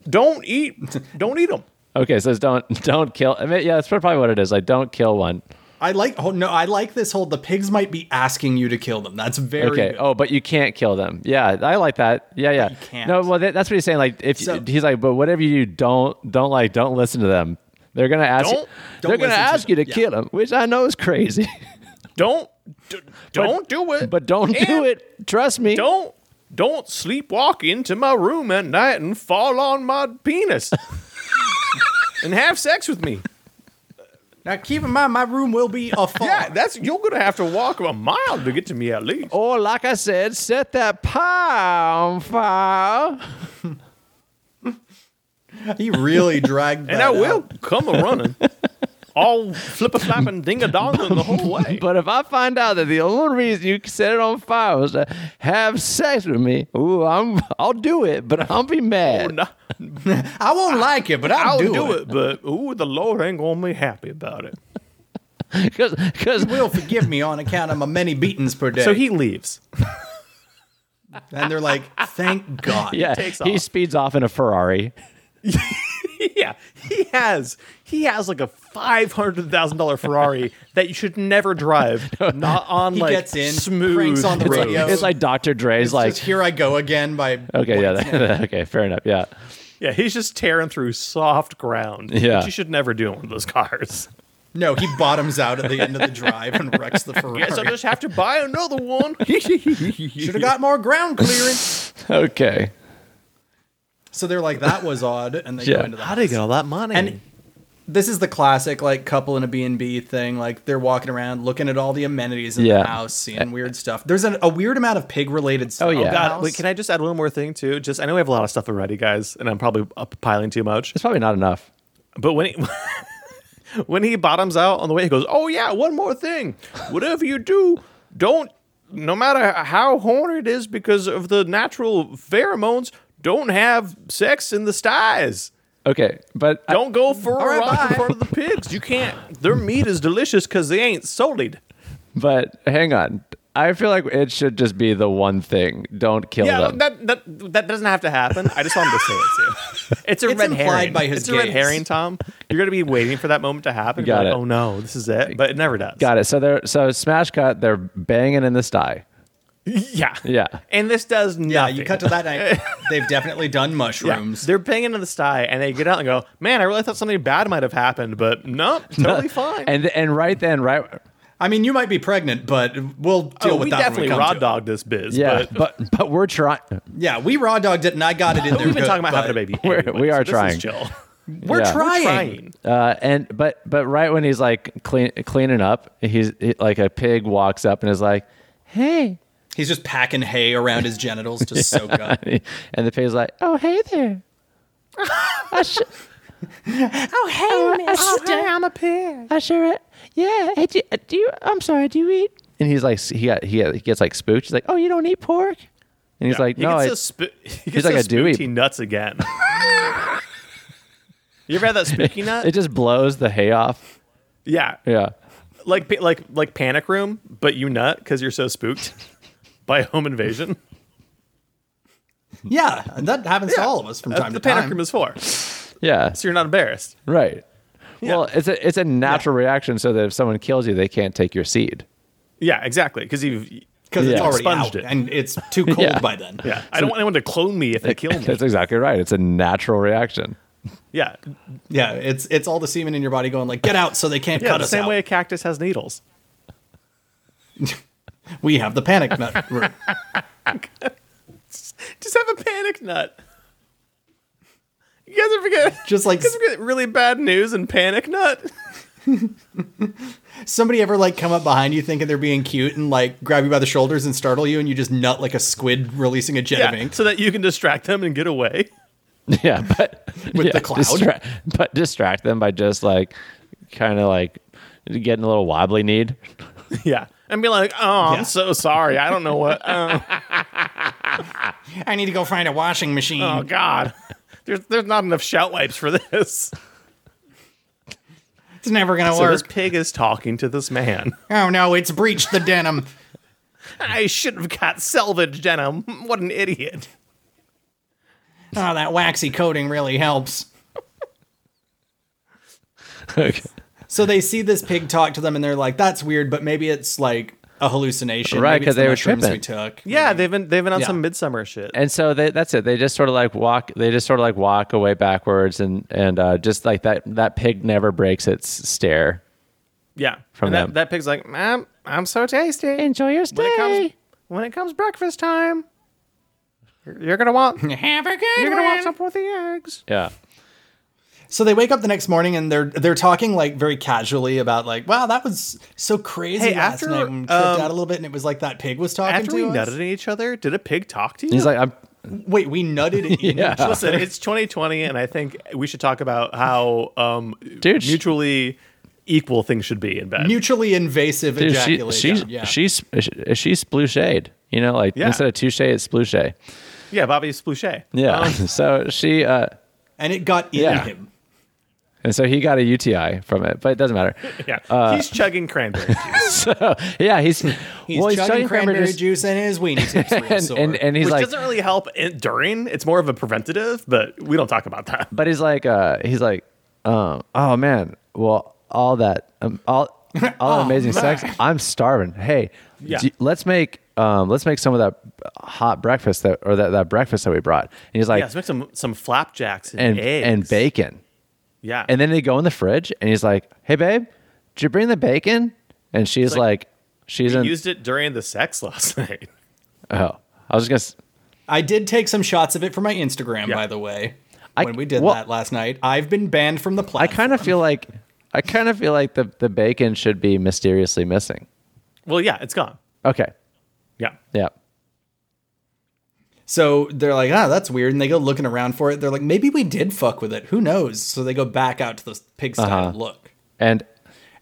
Speaker 4: don't eat don't eat them.
Speaker 3: Okay, so it's don't don't kill. I mean, yeah, that's probably what it is. Like, don't kill one.
Speaker 2: I like. Oh, no, I like this whole. The pigs might be asking you to kill them. That's very
Speaker 3: Okay.
Speaker 2: good.
Speaker 3: Oh, but you can't kill them. Yeah, I like that. Yeah, yeah. You
Speaker 2: can't.
Speaker 3: No, well, that, that's what he's saying. Like, if
Speaker 2: So-
Speaker 3: he's like, but whatever you do, don't don't like, don't listen to them. They're gonna ask.
Speaker 4: Don't-
Speaker 3: you,
Speaker 2: don't
Speaker 3: they're gonna
Speaker 2: listen to
Speaker 3: ask you to
Speaker 2: them. Yeah.
Speaker 3: kill them, which I know is crazy,
Speaker 4: Don't d- don't do it.
Speaker 3: but don't do
Speaker 4: And
Speaker 3: it. Trust me.
Speaker 4: Don't don't sleepwalk into my room at night and fall on my penis and have sex with me.
Speaker 2: Now keep in mind, my room will be a farm.
Speaker 4: Yeah, that's you're gonna have to walk a mile to get to me at least.
Speaker 3: Or like I said, set that pie on fire.
Speaker 2: He really dragged that
Speaker 4: and I
Speaker 2: out.
Speaker 4: will come a running. All flip a flapping ding a donging the whole way.
Speaker 3: But if I find out that the only reason you set it on fire was to have sex with me, ooh, I'm I'll do it, but I'll be mad.
Speaker 4: No,
Speaker 2: I won't like it, but I'll,
Speaker 4: I'll
Speaker 2: do, it.
Speaker 4: but ooh, the Lord ain't gonna be happy about it.
Speaker 3: Because because
Speaker 2: Will forgive me on account of my many beatings per day.
Speaker 4: So he leaves.
Speaker 2: and they're like, thank God.
Speaker 3: yeah,
Speaker 4: takes
Speaker 3: he
Speaker 4: off.
Speaker 3: speeds off in a Ferrari.
Speaker 4: yeah, he has he has like a five hundred thousand dollar Ferrari that you should never drive. Not on
Speaker 2: He
Speaker 4: like
Speaker 2: gets in,
Speaker 4: smooth
Speaker 2: cranks on the
Speaker 4: roads.
Speaker 2: radio.
Speaker 3: It's like Dr. Dre's
Speaker 2: It's
Speaker 3: like
Speaker 2: just here I go again by
Speaker 3: okay, yeah, okay, fair enough, yeah.
Speaker 4: Yeah, he's just tearing through soft ground.
Speaker 3: Yeah.
Speaker 4: which you should never do in one of those cars.
Speaker 2: No, he bottoms out at the end of the drive and wrecks the Ferrari.
Speaker 4: Guess I'll just have to buy another one.
Speaker 2: Should have got more ground clearance.
Speaker 3: Okay.
Speaker 2: so they're like, "That was odd," and they
Speaker 3: Yeah.
Speaker 2: go into the
Speaker 4: How did he get all that money?
Speaker 2: And this is the classic like couple in a B&B thing. Like they're walking around looking at all the amenities in
Speaker 3: Yeah.
Speaker 2: the house, seeing weird stuff. There's an, a weird amount of pig related stuff.
Speaker 3: Oh, yeah.
Speaker 4: God, wait, can I just add one more thing too? Just I know we have a lot of stuff already, guys, and I'm probably up piling too much.
Speaker 3: It's probably not enough.
Speaker 4: But when he when he bottoms out on the way, he goes, "Oh yeah, one more thing. Whatever you do, don't. No matter how horny it is because of the natural pheromones, don't have sex in the styes.
Speaker 3: Okay, but I-
Speaker 4: Don't go for a
Speaker 2: right,
Speaker 4: ride
Speaker 2: bye."
Speaker 4: in front of the pigs. You can't. Their meat is delicious because they ain't solid.
Speaker 3: but hang on. I feel like it should just be the one thing. Don't kill
Speaker 4: Yeah,
Speaker 3: them.
Speaker 4: that, that that doesn't have to happen. I just wanted to say it too. It's a
Speaker 2: It's
Speaker 4: red
Speaker 2: implied
Speaker 4: herring.
Speaker 2: by his
Speaker 4: it's a red
Speaker 2: gaze.
Speaker 4: herring, Tom. You're gonna be waiting for that moment to happen. You're
Speaker 3: Got
Speaker 4: like,
Speaker 3: it.
Speaker 4: Oh no, this is it. But it never does.
Speaker 3: Got it. So they're so smash cut. They're banging in the sty.
Speaker 4: Yeah.
Speaker 3: Yeah.
Speaker 4: And this does nothing.
Speaker 2: Yeah, you cut to that. night. They've definitely done mushrooms.
Speaker 4: They're banging into the sty, and they get out and go, "Man, I really thought something bad might have happened, but nope, totally fine."
Speaker 3: And and right then, right.
Speaker 2: I mean, you might be pregnant, but we'll deal
Speaker 4: oh,
Speaker 2: with
Speaker 4: we
Speaker 2: that.
Speaker 4: definitely
Speaker 2: when we
Speaker 4: raw
Speaker 2: come to it.
Speaker 4: dogged this biz.
Speaker 3: Yeah,
Speaker 4: but,
Speaker 3: but but, we're trying.
Speaker 2: Yeah, we raw dogged it, and I got it in there.
Speaker 4: we've been
Speaker 2: good,
Speaker 4: talking about having a
Speaker 2: but
Speaker 4: baby.
Speaker 3: We're-
Speaker 4: anyway,
Speaker 3: we
Speaker 4: so
Speaker 3: are
Speaker 4: this
Speaker 3: trying.
Speaker 4: is chill.
Speaker 2: We're
Speaker 3: Yeah.
Speaker 2: trying.
Speaker 4: Trying.
Speaker 3: Uh, and but but right when he's like clean, cleaning up, he's he, like a pig walks up and is like, "Hey,"
Speaker 2: He's just packing hay around his genitals to soak up.
Speaker 3: and the pig's like, "Oh, hey there." I sure,
Speaker 5: Oh, hey, oh, mister. I'm a pig.
Speaker 3: I sure, yeah. Hey, do, do you? I'm sorry. Do you eat? And he's like, he got, he, got, he gets like spooked. He's like, "Oh, you don't eat pork?" And he's like,
Speaker 4: he
Speaker 3: "No,
Speaker 4: gets
Speaker 3: I,
Speaker 4: so sp- he gets
Speaker 3: like
Speaker 4: so
Speaker 3: a Dewey.
Speaker 4: spooky nuts again. you ever had that spooky nut?
Speaker 3: it just blows the hay off."
Speaker 4: yeah,
Speaker 3: Yeah.
Speaker 4: like pa- like like Panic Room, but you nut because you're so spooked by home invasion.
Speaker 2: Yeah, and that happens to all of us from
Speaker 4: That's
Speaker 2: time to
Speaker 4: the Panic
Speaker 2: time.
Speaker 4: Room is for,
Speaker 3: Yeah.
Speaker 4: so you're not embarrassed.
Speaker 3: Right. Well, it's a it's a natural reaction so that if someone kills you, they can't take your seed.
Speaker 4: Yeah, exactly. Because you've
Speaker 2: because it's
Speaker 3: Yeah.
Speaker 2: already out
Speaker 4: Expunged it.
Speaker 2: and it's too cold
Speaker 3: Yeah.
Speaker 2: by then.
Speaker 4: yeah, I don't want anyone to clone me if they kill me.
Speaker 3: That's exactly right. It's a natural reaction.
Speaker 4: Yeah,
Speaker 2: Yeah, it's it's all the semen in your body going like, get out, so they can't
Speaker 4: yeah.
Speaker 2: cut
Speaker 4: The
Speaker 2: us
Speaker 4: same
Speaker 2: out.
Speaker 4: way a cactus has needles.
Speaker 2: We have the panic nut room.
Speaker 4: Just have a panic nut. You guys ever get
Speaker 2: Just like
Speaker 4: you guys ever get really bad news and panic nut?
Speaker 2: somebody ever like come up behind you thinking they're being cute and like grab you by the shoulders and startle you, and you just nut like a squid releasing a jet of
Speaker 4: Yeah,
Speaker 2: ink.
Speaker 4: so that you can distract them and get away.
Speaker 3: Yeah, but
Speaker 2: With
Speaker 3: yeah,
Speaker 2: the cloud?
Speaker 3: distra- but distract them by just like kind of like getting a little wobbly kneed.
Speaker 4: Yeah. And be like, oh,
Speaker 2: Yeah.
Speaker 4: I'm so sorry. I don't know what. Oh,
Speaker 2: I need to go find a washing machine.
Speaker 4: oh, God. There's, there's not enough shout wipes for this.
Speaker 2: it's never gonna
Speaker 4: So this pig is talking to this man.
Speaker 2: Oh no, it's breached the denim.
Speaker 4: I should have got salvage denim. What an idiot.
Speaker 2: Oh, that waxy coating really helps.
Speaker 3: Okay.
Speaker 2: So they see this pig talk to them, and they're like, "That's weird," but maybe it's like a hallucination,
Speaker 3: Right,
Speaker 2: Maybe it's
Speaker 3: 'cause
Speaker 2: the
Speaker 3: they were
Speaker 2: mushrooms
Speaker 3: tripping.
Speaker 2: We took.
Speaker 4: Yeah, they've been they've been on
Speaker 2: Mm-hmm. Yeah.
Speaker 4: some midsummer shit.
Speaker 3: And so they, that's it. They just sort of like walk. They just sort of like walk away backwards, and and uh, just like that. That pig never breaks its stare.
Speaker 4: yeah.
Speaker 3: From
Speaker 4: and that,
Speaker 3: them.
Speaker 4: that pig's like, Mom, I'm so tasty.
Speaker 3: Enjoy your
Speaker 4: when it comes
Speaker 3: stay.
Speaker 4: when it comes breakfast time, you're, you're gonna want
Speaker 2: Have a good
Speaker 4: you're gonna want
Speaker 2: one.
Speaker 4: some with the eggs.
Speaker 3: Yeah.
Speaker 2: So they wake up the next morning and they're they're talking like very casually about like, wow, that was so crazy
Speaker 4: Hey,
Speaker 2: last
Speaker 4: after,
Speaker 2: night. And we tripped
Speaker 4: um,
Speaker 2: out a little bit, and it was like that pig was talking
Speaker 4: After
Speaker 2: to
Speaker 4: we
Speaker 2: us.
Speaker 4: nutted at each other, did a pig talk to you?
Speaker 3: He's like, I'm.
Speaker 2: Wait, we nutted in each
Speaker 3: Yeah.
Speaker 4: Listen, it's 2020, and I think we should talk about how um,
Speaker 3: Dude, she-
Speaker 4: mutually equal things should be in bed.
Speaker 2: mutually invasive
Speaker 3: Dude, she,
Speaker 2: ejaculation.
Speaker 3: she's
Speaker 2: yeah.
Speaker 3: she's she's spluche'd. You know, like
Speaker 4: Yeah.
Speaker 3: instead of touche, it's spluche.
Speaker 4: yeah, Bobby Spluchet.
Speaker 3: Yeah.
Speaker 4: Um,
Speaker 3: so she uh,
Speaker 2: and it got in
Speaker 3: Yeah.
Speaker 2: him.
Speaker 3: and so he got a UTI from it, but it doesn't matter.
Speaker 4: yeah.
Speaker 3: Uh,
Speaker 4: He's chugging cranberry juice,
Speaker 3: so yeah, he's
Speaker 2: He's
Speaker 3: well, he's
Speaker 2: chugging cranberry
Speaker 3: juice.
Speaker 2: juice and his weenie tips real
Speaker 3: and,
Speaker 2: sore.
Speaker 3: and and he's
Speaker 4: which
Speaker 3: like,
Speaker 4: doesn't really help in, during. It's more of a preventative, but we don't talk about that.
Speaker 3: but he's like, uh, he's like, um, oh man, well, all that, um, all, all that amazing sex, I'm starving. Hey,
Speaker 4: Oh, Yeah.
Speaker 3: do- let's make um, let's make some of that hot breakfast that or that, that breakfast that we brought." And he's like,
Speaker 4: yeah, let's make some some flapjacks and,
Speaker 3: "And
Speaker 4: eggs
Speaker 3: and bacon."
Speaker 4: Yeah,
Speaker 3: And then they go in the fridge, and he's like, "Hey, babe, did you bring the bacon?" And she's
Speaker 4: like,
Speaker 3: like, "She's in."
Speaker 4: used it during the sex last night.
Speaker 3: oh, I was just gonna.
Speaker 2: I did take some shots of it for my Instagram,
Speaker 4: Yeah.
Speaker 2: by the way.
Speaker 3: I-
Speaker 2: when we did
Speaker 3: well-
Speaker 2: that last night, I've been banned from the
Speaker 3: I
Speaker 2: platform.
Speaker 3: kind of feel like I kind of feel like the the bacon should be mysteriously missing.
Speaker 4: Well, yeah, it's gone.
Speaker 3: Okay.
Speaker 4: Yeah,
Speaker 3: Yeah.
Speaker 2: So they're like, ah, that's weird. And they go looking around for it. They're like, maybe we did fuck with it. Who knows? So they go back out to the pigsty
Speaker 3: Uh-huh.
Speaker 2: to look.
Speaker 3: And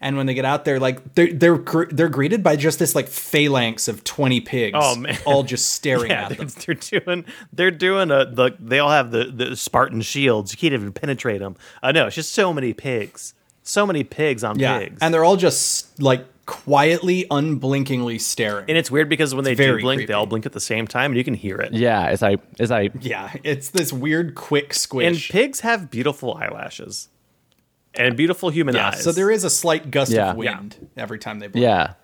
Speaker 2: And when they get out there, like they're they're gr- they're greeted by just this like phalanx of twenty pigs,
Speaker 4: Oh, man.
Speaker 2: all just staring
Speaker 4: yeah,
Speaker 2: at
Speaker 4: they're,
Speaker 2: them.
Speaker 4: they're doing they're doing a the they all have the the Spartan shields. You can't even penetrate them. I know it's just so many pigs, so many pigs on
Speaker 2: Yeah,
Speaker 4: pigs.
Speaker 2: and they're all just like quietly, unblinkingly staring.
Speaker 4: And it's weird because when they do
Speaker 2: very
Speaker 4: blink,
Speaker 2: creepy.
Speaker 4: they all blink at the same time, and you can hear it.
Speaker 3: yeah, it's like it's like
Speaker 2: yeah, it's this weird quick
Speaker 4: And
Speaker 2: squish.
Speaker 4: pigs have beautiful eyelashes and beautiful human
Speaker 2: yeah,
Speaker 4: eyes.
Speaker 2: so there is a slight gust
Speaker 3: Yeah.
Speaker 2: of wind every time they blink.
Speaker 3: yeah.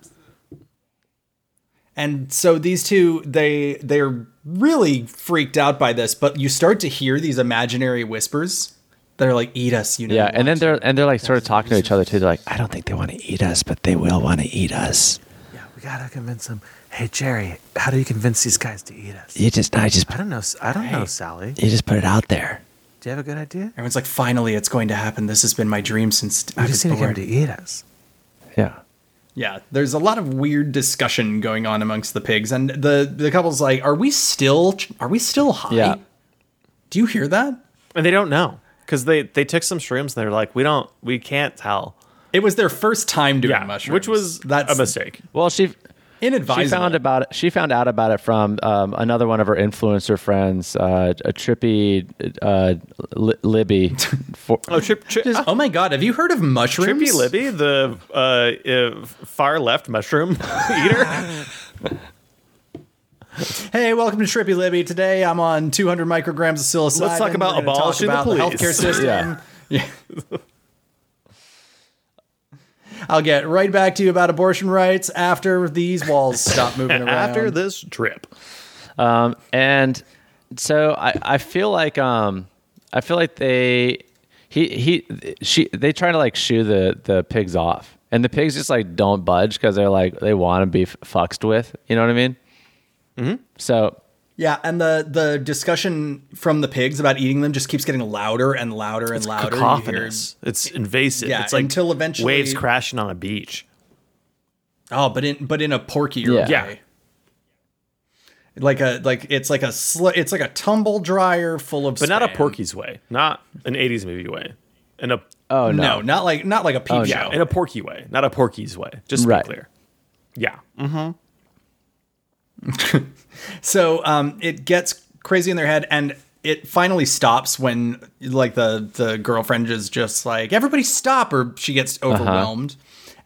Speaker 2: And so these two, they they're really freaked out by this, but you start to hear these imaginary whispers. They're like, "Eat us, you know."
Speaker 3: Yeah,
Speaker 2: you
Speaker 3: and then
Speaker 2: want
Speaker 3: they're and they're like sort of talking to each other too. They're like, "Ah, I don't think they want to eat us, but they will want to eat us.
Speaker 5: Yeah, we gotta convince them. Hey, Jerry, how do you convince these guys to eat us?
Speaker 3: You just I just
Speaker 5: I don't know. S- I don't know, Sally.
Speaker 3: you just put it out there.
Speaker 5: Do you have a good idea?
Speaker 2: to." Everyone's like, "Finally, it's going to happen. This has been my dream since I
Speaker 5: We
Speaker 2: was
Speaker 5: just need to get
Speaker 2: born."
Speaker 5: them to eat us.
Speaker 3: Yeah.
Speaker 2: Yeah, there's a lot of weird discussion going on amongst the pigs, and the the couple's like, "Are we still? Are we still high?
Speaker 3: Yeah.
Speaker 2: Do you hear that?
Speaker 4: and they don't know because they they took some shrooms and they're like, we don't, we can't tell.
Speaker 2: It was their first time doing
Speaker 4: Yeah,
Speaker 2: mushrooms,
Speaker 4: which was
Speaker 2: that's
Speaker 4: a mistake.
Speaker 3: Well, she
Speaker 2: Inadvisable.
Speaker 3: she found about it. She found out about it from um, another one of her influencer friends, uh, a trippy uh, Li- Libby. For,
Speaker 4: Oh, Trip, Trip,
Speaker 2: Oh my god, have you heard of mushrooms?
Speaker 4: Trippy Libby, the uh, uh, far left mushroom eater.
Speaker 2: Hey, welcome to Trippy Libby. Today I'm on 200 micrograms of psilocybin.
Speaker 4: Let's talk about
Speaker 2: We're gonna
Speaker 4: abolishing the
Speaker 2: talk about
Speaker 4: police.
Speaker 2: healthcare system.
Speaker 3: yeah.
Speaker 2: I'll get right back to you about abortion rights after these walls stop moving around.
Speaker 4: After this trip,
Speaker 3: Um, and so I, I feel like um, I feel like they he he she they try to like shoo the the pigs off, and the pigs just like don't budge because they're like they want to be f- fucked with. You know what I mean? Mm-hmm. So
Speaker 2: Yeah, and the the discussion from the pigs about eating them just keeps getting louder and louder and louder. You hear-
Speaker 4: cacophonous. It's invasive.
Speaker 2: Yeah,
Speaker 4: it's like
Speaker 2: until eventually-
Speaker 4: waves crashing on a beach.
Speaker 2: oh, but in but in a porkier
Speaker 3: Yeah.
Speaker 2: way. Like a like it's like a sl- it's like a tumble dryer full of
Speaker 4: but not a
Speaker 2: spam.
Speaker 4: Porky's way, not an '80s movie way, and a
Speaker 3: oh no,
Speaker 2: No, not like not like a peep show.
Speaker 4: yeah, in a Porky way, not a Porky's way. Just to
Speaker 3: Right.
Speaker 4: be clear. Yeah,
Speaker 2: So um, it gets crazy in their head, and it finally stops when like the the girlfriend is just like everybody stop, or she gets overwhelmed.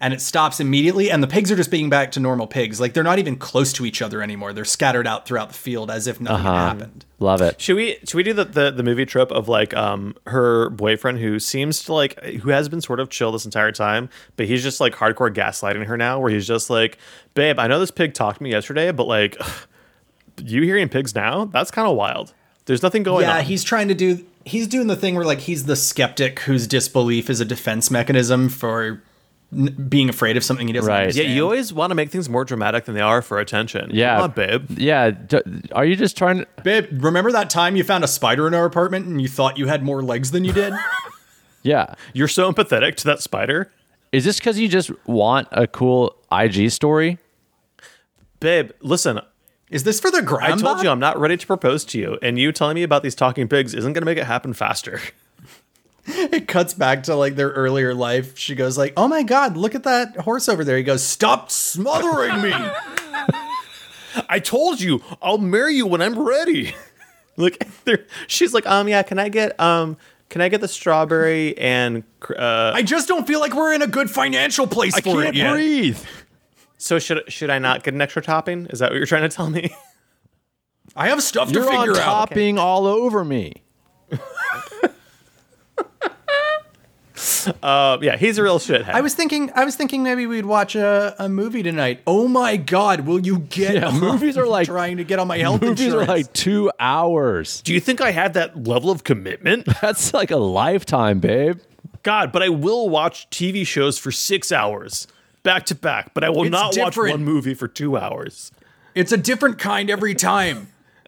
Speaker 2: And it stops immediately, and the pigs are just being back to normal pigs. Like they're not even close to each other anymore. They're scattered out throughout the field as if nothing happened.
Speaker 3: love it.
Speaker 4: Should we should we do the, the the movie trope of like um her boyfriend who seems to like who has been sort of chill this entire time, but he's just like hardcore gaslighting her now, where he's just like, "Babe, I know this pig talked to me yesterday, but like, you hearing pigs now? That's kind of wild. There's nothing going
Speaker 2: Yeah,
Speaker 4: on."
Speaker 2: he's trying to do. He's doing the thing where like he's the skeptic whose disbelief is a defense mechanism for n- being afraid of something he doesn't
Speaker 3: Right.
Speaker 4: yeah,
Speaker 2: understand.
Speaker 4: you always want to make things more dramatic than they are for attention.
Speaker 3: Yeah,
Speaker 4: Come on, babe.
Speaker 3: Yeah, d- are you just trying to?
Speaker 2: Babe, remember that time you found a spider in our apartment and you thought you had more legs than you did?
Speaker 3: Yeah,
Speaker 4: You're so empathetic to that spider,
Speaker 3: is this because you just want a cool IG story?
Speaker 4: babe. Listen,
Speaker 2: Is this for the
Speaker 4: I
Speaker 2: grandma?
Speaker 4: told you I'm not ready to propose to you, and you telling me about these talking pigs isn't going to make it happen faster.
Speaker 2: It cuts back to like their earlier life. She goes like, "Oh my god, look at that horse over there." He goes, "Stop smothering me."
Speaker 4: I told you I'll marry you when I'm ready. Like, there- she's like, um, yeah, can I get, um, can I get the strawberry and, cr- uh,
Speaker 2: I just don't feel like we're in a good financial place for it yet.
Speaker 4: breathe. So should should I not get an extra topping? Is that what you're trying to tell me?
Speaker 2: I have stuff
Speaker 3: You're
Speaker 2: to
Speaker 3: on
Speaker 2: figure out.
Speaker 3: topping all over me.
Speaker 4: Uh, yeah, he's a real shithead.
Speaker 2: I was thinking, I was thinking maybe we'd watch a, a movie tonight. Oh my God, will you get?
Speaker 3: Yeah,
Speaker 2: on
Speaker 3: movies are like-
Speaker 2: trying to get on my health
Speaker 3: Movies
Speaker 2: insurance.
Speaker 3: are like two hours.
Speaker 4: Do you think I had that level of commitment?
Speaker 3: That's like a lifetime, babe.
Speaker 4: God, but I will watch TV shows for six hours back to back, but I will
Speaker 2: It's
Speaker 4: not watch
Speaker 2: different.
Speaker 4: one movie for two hours.
Speaker 2: it's a different kind every time.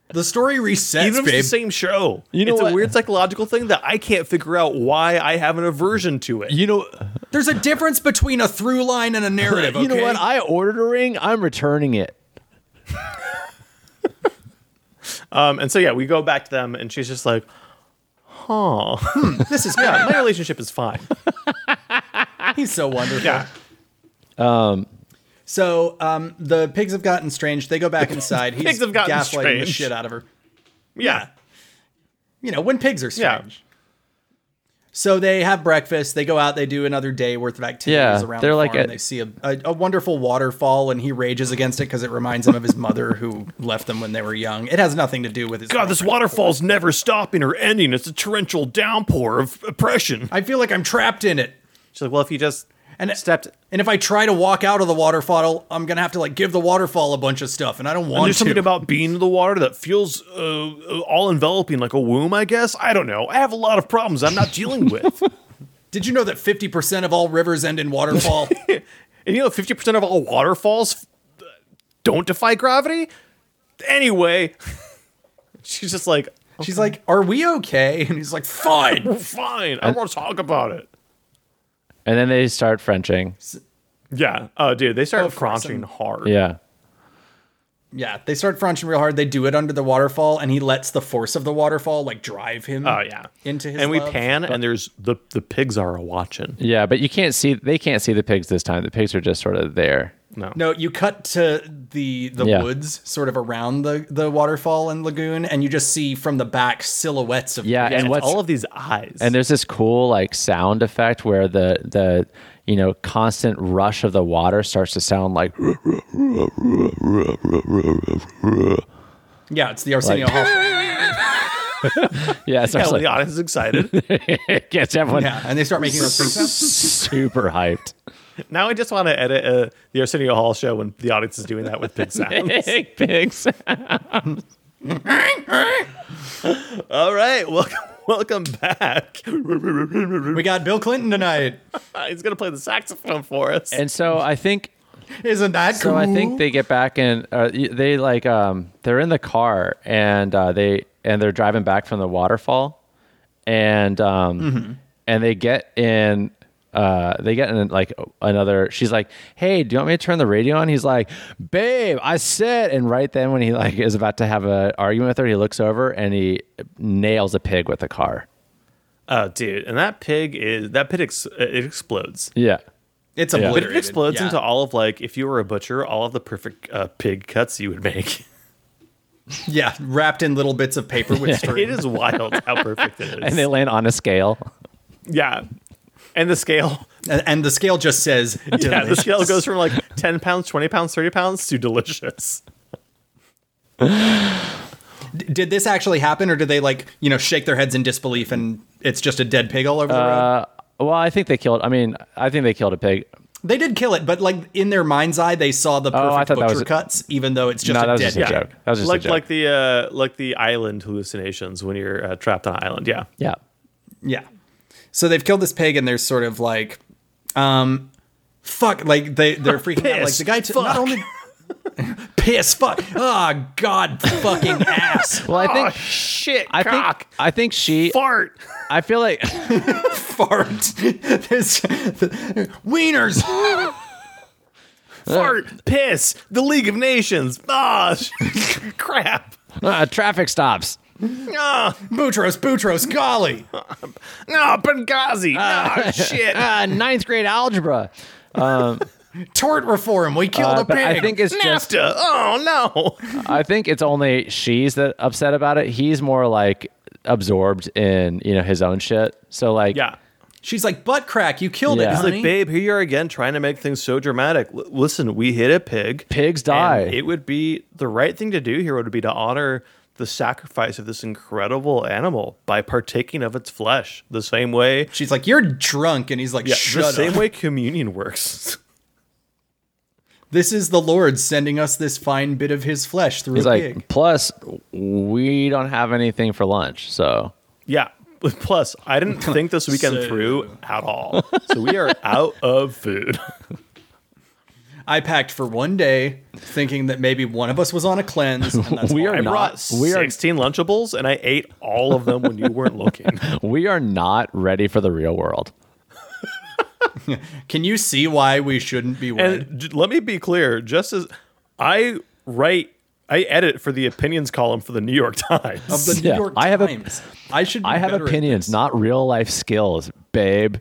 Speaker 2: The story resets,
Speaker 4: Even if
Speaker 2: babe.
Speaker 4: it's the same show.
Speaker 3: You know
Speaker 4: it's
Speaker 3: what?
Speaker 4: a weird psychological thing that I can't figure out why I have an aversion to it.
Speaker 3: You know,
Speaker 2: There's a difference between a through line and a narrative.
Speaker 3: you know
Speaker 2: okay?
Speaker 3: what? I ordered a ring. I'm returning it.
Speaker 4: Um, and so yeah, we go back to them and she's just like, huh.
Speaker 2: Hmm, this is
Speaker 4: Yeah,
Speaker 2: yeah.
Speaker 4: my relationship is fine.
Speaker 2: He's so wonderful.
Speaker 4: Yeah.
Speaker 3: Um,
Speaker 2: So um, the pigs have gotten strange. They go back inside. He's
Speaker 4: pigs have gotten
Speaker 2: gaslighting
Speaker 4: strange.
Speaker 2: the shit out of her.
Speaker 4: Yeah.
Speaker 2: You know when pigs are
Speaker 4: Yeah.
Speaker 2: strange. So they have breakfast. They go out. They do another day worth of activities
Speaker 3: Yeah,
Speaker 2: around.
Speaker 3: they're
Speaker 2: the
Speaker 3: like
Speaker 2: farm.
Speaker 3: a-
Speaker 2: they see a, a, a wonderful waterfall, and he rages against it because it reminds him of his mother who left them when they were young. It has nothing to do with his.
Speaker 4: God, this
Speaker 2: girlfriend.
Speaker 4: waterfall's never stopping or ending. It's a torrential downpour of oppression.
Speaker 2: I feel like I'm trapped in it.
Speaker 4: She's like, well, if you just
Speaker 2: And-
Speaker 4: stepped
Speaker 2: And if I try to walk out of the waterfall, I'm gonna have to like give the waterfall a bunch of stuff, and I don't want
Speaker 4: there's
Speaker 2: to.
Speaker 4: something about being in the water that feels uh, all enveloping like a womb, I guess. I don't know. I have a lot of problems I'm not dealing with.
Speaker 2: Did you know that 50% of all rivers end in waterfall?
Speaker 4: and you know, 50% of all waterfalls uh, don't defy gravity? Anyway, she's just like,
Speaker 2: She's like, "Are we okay?" And he's like, "Fine."
Speaker 4: we're fine. I want to talk about it.
Speaker 3: And then they start Frenching.
Speaker 4: Yeah. Oh, dude, they start
Speaker 2: Of course,
Speaker 4: crunching
Speaker 2: I'm-
Speaker 4: hard.
Speaker 3: Yeah.
Speaker 2: Yeah, they start crunching real hard. They do it under the waterfall, and he lets the force of the waterfall like drive him.
Speaker 4: Oh, yeah.
Speaker 2: into his.
Speaker 4: and we
Speaker 2: love.
Speaker 4: pan, and there's the, the pigs are watching.
Speaker 3: Yeah, but you can't see they can't see the pigs this time. The pigs are just sort of there.
Speaker 2: No, you cut to the the
Speaker 3: Yeah.
Speaker 2: woods, sort of around the the waterfall and lagoon, and you just see from the back silhouettes of
Speaker 3: Yeah,
Speaker 4: And
Speaker 3: and what's
Speaker 4: all of these eyes.
Speaker 3: and there's this cool like sound effect where the the you know constant rush of the water starts to sound like
Speaker 2: yeah. It's the Arsenio Hall.
Speaker 3: yeah, it
Speaker 4: yeah,
Speaker 3: starts
Speaker 4: well,
Speaker 3: like
Speaker 4: the audience is excited.
Speaker 3: it gets everyone
Speaker 2: Yeah, and they start making those. things.
Speaker 3: super hyped.
Speaker 4: Now I just want to edit uh, the Arsenio Hall show when the audience is doing that with pig sounds.
Speaker 3: Big pigs.
Speaker 4: All right, welcome, welcome back.
Speaker 2: We got Bill Clinton tonight.
Speaker 4: He's gonna play the saxophone for us.
Speaker 3: And so I think
Speaker 2: Isn't that
Speaker 3: so
Speaker 2: cool?
Speaker 3: I think they get back and uh, y- they like um they're in the car and uh, they and they're driving back from the waterfall and um and they get in uh they get in like another she's like hey do you want me to turn the radio on he's like babe I said and right then when he like is about to have a argument with her he looks over and he nails a pig with a car
Speaker 4: oh, dude, and that pig is that pig ex- uh, it explodes.
Speaker 3: yeah
Speaker 2: it's
Speaker 3: Yeah.
Speaker 4: But
Speaker 2: obliterated.
Speaker 4: it explodes
Speaker 2: yeah.
Speaker 4: into all of like if you were a butcher, all of the perfect uh, pig cuts you would make.
Speaker 2: yeah, wrapped in little bits of paper with string.
Speaker 4: it is wild how perfect it is.
Speaker 3: and they land on a scale
Speaker 4: yeah, and the scale.
Speaker 2: And, and the scale just says,
Speaker 4: Yeah, the
Speaker 2: delicious.
Speaker 4: scale goes from like ten pounds, twenty pounds, thirty pounds to delicious.
Speaker 2: D- Did this actually happen, or did they like you know shake their heads in disbelief and it's just a dead pig all over the
Speaker 3: Uh,
Speaker 2: road?
Speaker 3: well I think they killed I mean I think they killed a pig
Speaker 2: They did kill it, but like in their mind's eye, they saw the
Speaker 3: Oh, I
Speaker 2: perfect
Speaker 3: thought that
Speaker 2: butcher
Speaker 3: was a-
Speaker 2: cuts, even though it's just
Speaker 3: No,
Speaker 2: a
Speaker 3: that was
Speaker 2: dead.
Speaker 3: just a
Speaker 2: pig.
Speaker 3: joke. That was just a
Speaker 4: like
Speaker 3: joke.
Speaker 4: like the uh, like the island hallucinations when you're uh, trapped on an island. Yeah,
Speaker 3: yeah
Speaker 2: Yeah. So they've killed this pig, and they're sort of like, um, fuck, like they they're freaking out. Like
Speaker 4: Pissed.
Speaker 2: the guy t- not only piss, fuck, ah, god, fucking ass,
Speaker 3: well I think
Speaker 4: shit,
Speaker 3: I think I think she.
Speaker 4: fart.
Speaker 3: I feel like
Speaker 2: fart, this wieners.
Speaker 4: fart, piss, the League of Nations. Ah, sh- crap.
Speaker 3: uh, traffic stops.
Speaker 4: Ah,
Speaker 2: Boutros, Boutros, golly.
Speaker 4: no, Benghazi. Ah, shit.
Speaker 3: Uh, ninth grade algebra.
Speaker 2: Tort reform, we killed
Speaker 3: Uh,
Speaker 2: a
Speaker 3: but
Speaker 2: pig.
Speaker 3: I think it's just.
Speaker 4: NAFTA. Oh no.
Speaker 3: I think it's only she's that upset about it. He's more like absorbed in you know his own shit. So like
Speaker 4: Yeah.
Speaker 2: She's like, butt crack, you killed
Speaker 3: Yeah.
Speaker 2: it,
Speaker 3: He's
Speaker 2: honey.
Speaker 4: Like, babe, here you are again trying to make things so dramatic. L- listen, we hit a pig.
Speaker 3: pigs
Speaker 4: and
Speaker 3: die.
Speaker 4: It would be the right thing to do here would be to honor the the sacrifice of this incredible animal by partaking of its flesh the same way
Speaker 2: She's like, "You're drunk," and he's like,
Speaker 4: yeah,
Speaker 2: "Shut
Speaker 4: the
Speaker 2: up."
Speaker 4: same way communion works.
Speaker 2: This is the Lord sending us this fine bit of His flesh through
Speaker 3: He's
Speaker 2: a
Speaker 3: like,
Speaker 2: pig.
Speaker 3: plus we don't have anything for lunch, so
Speaker 4: yeah. Plus, I didn't think this weekend
Speaker 2: So-
Speaker 4: through at all. So we are out of food.
Speaker 2: I packed for one day, thinking that maybe one of us was on a cleanse. And that's
Speaker 3: We
Speaker 2: all.
Speaker 3: are
Speaker 4: I
Speaker 3: not-
Speaker 4: brought
Speaker 3: we are-
Speaker 4: 16 Lunchables and I ate all of them when you weren't looking.
Speaker 3: we are not ready for the real world.
Speaker 2: Can you see why we shouldn't be wed?
Speaker 4: And j- let me be clear, just as I write, I edit for the opinions column for the New York Times.
Speaker 2: of the New
Speaker 3: Yeah,
Speaker 2: York
Speaker 3: I have a-
Speaker 2: Times. I should. Be
Speaker 3: I have
Speaker 2: better at
Speaker 3: opinions,
Speaker 2: this.
Speaker 3: not real life skills, babe.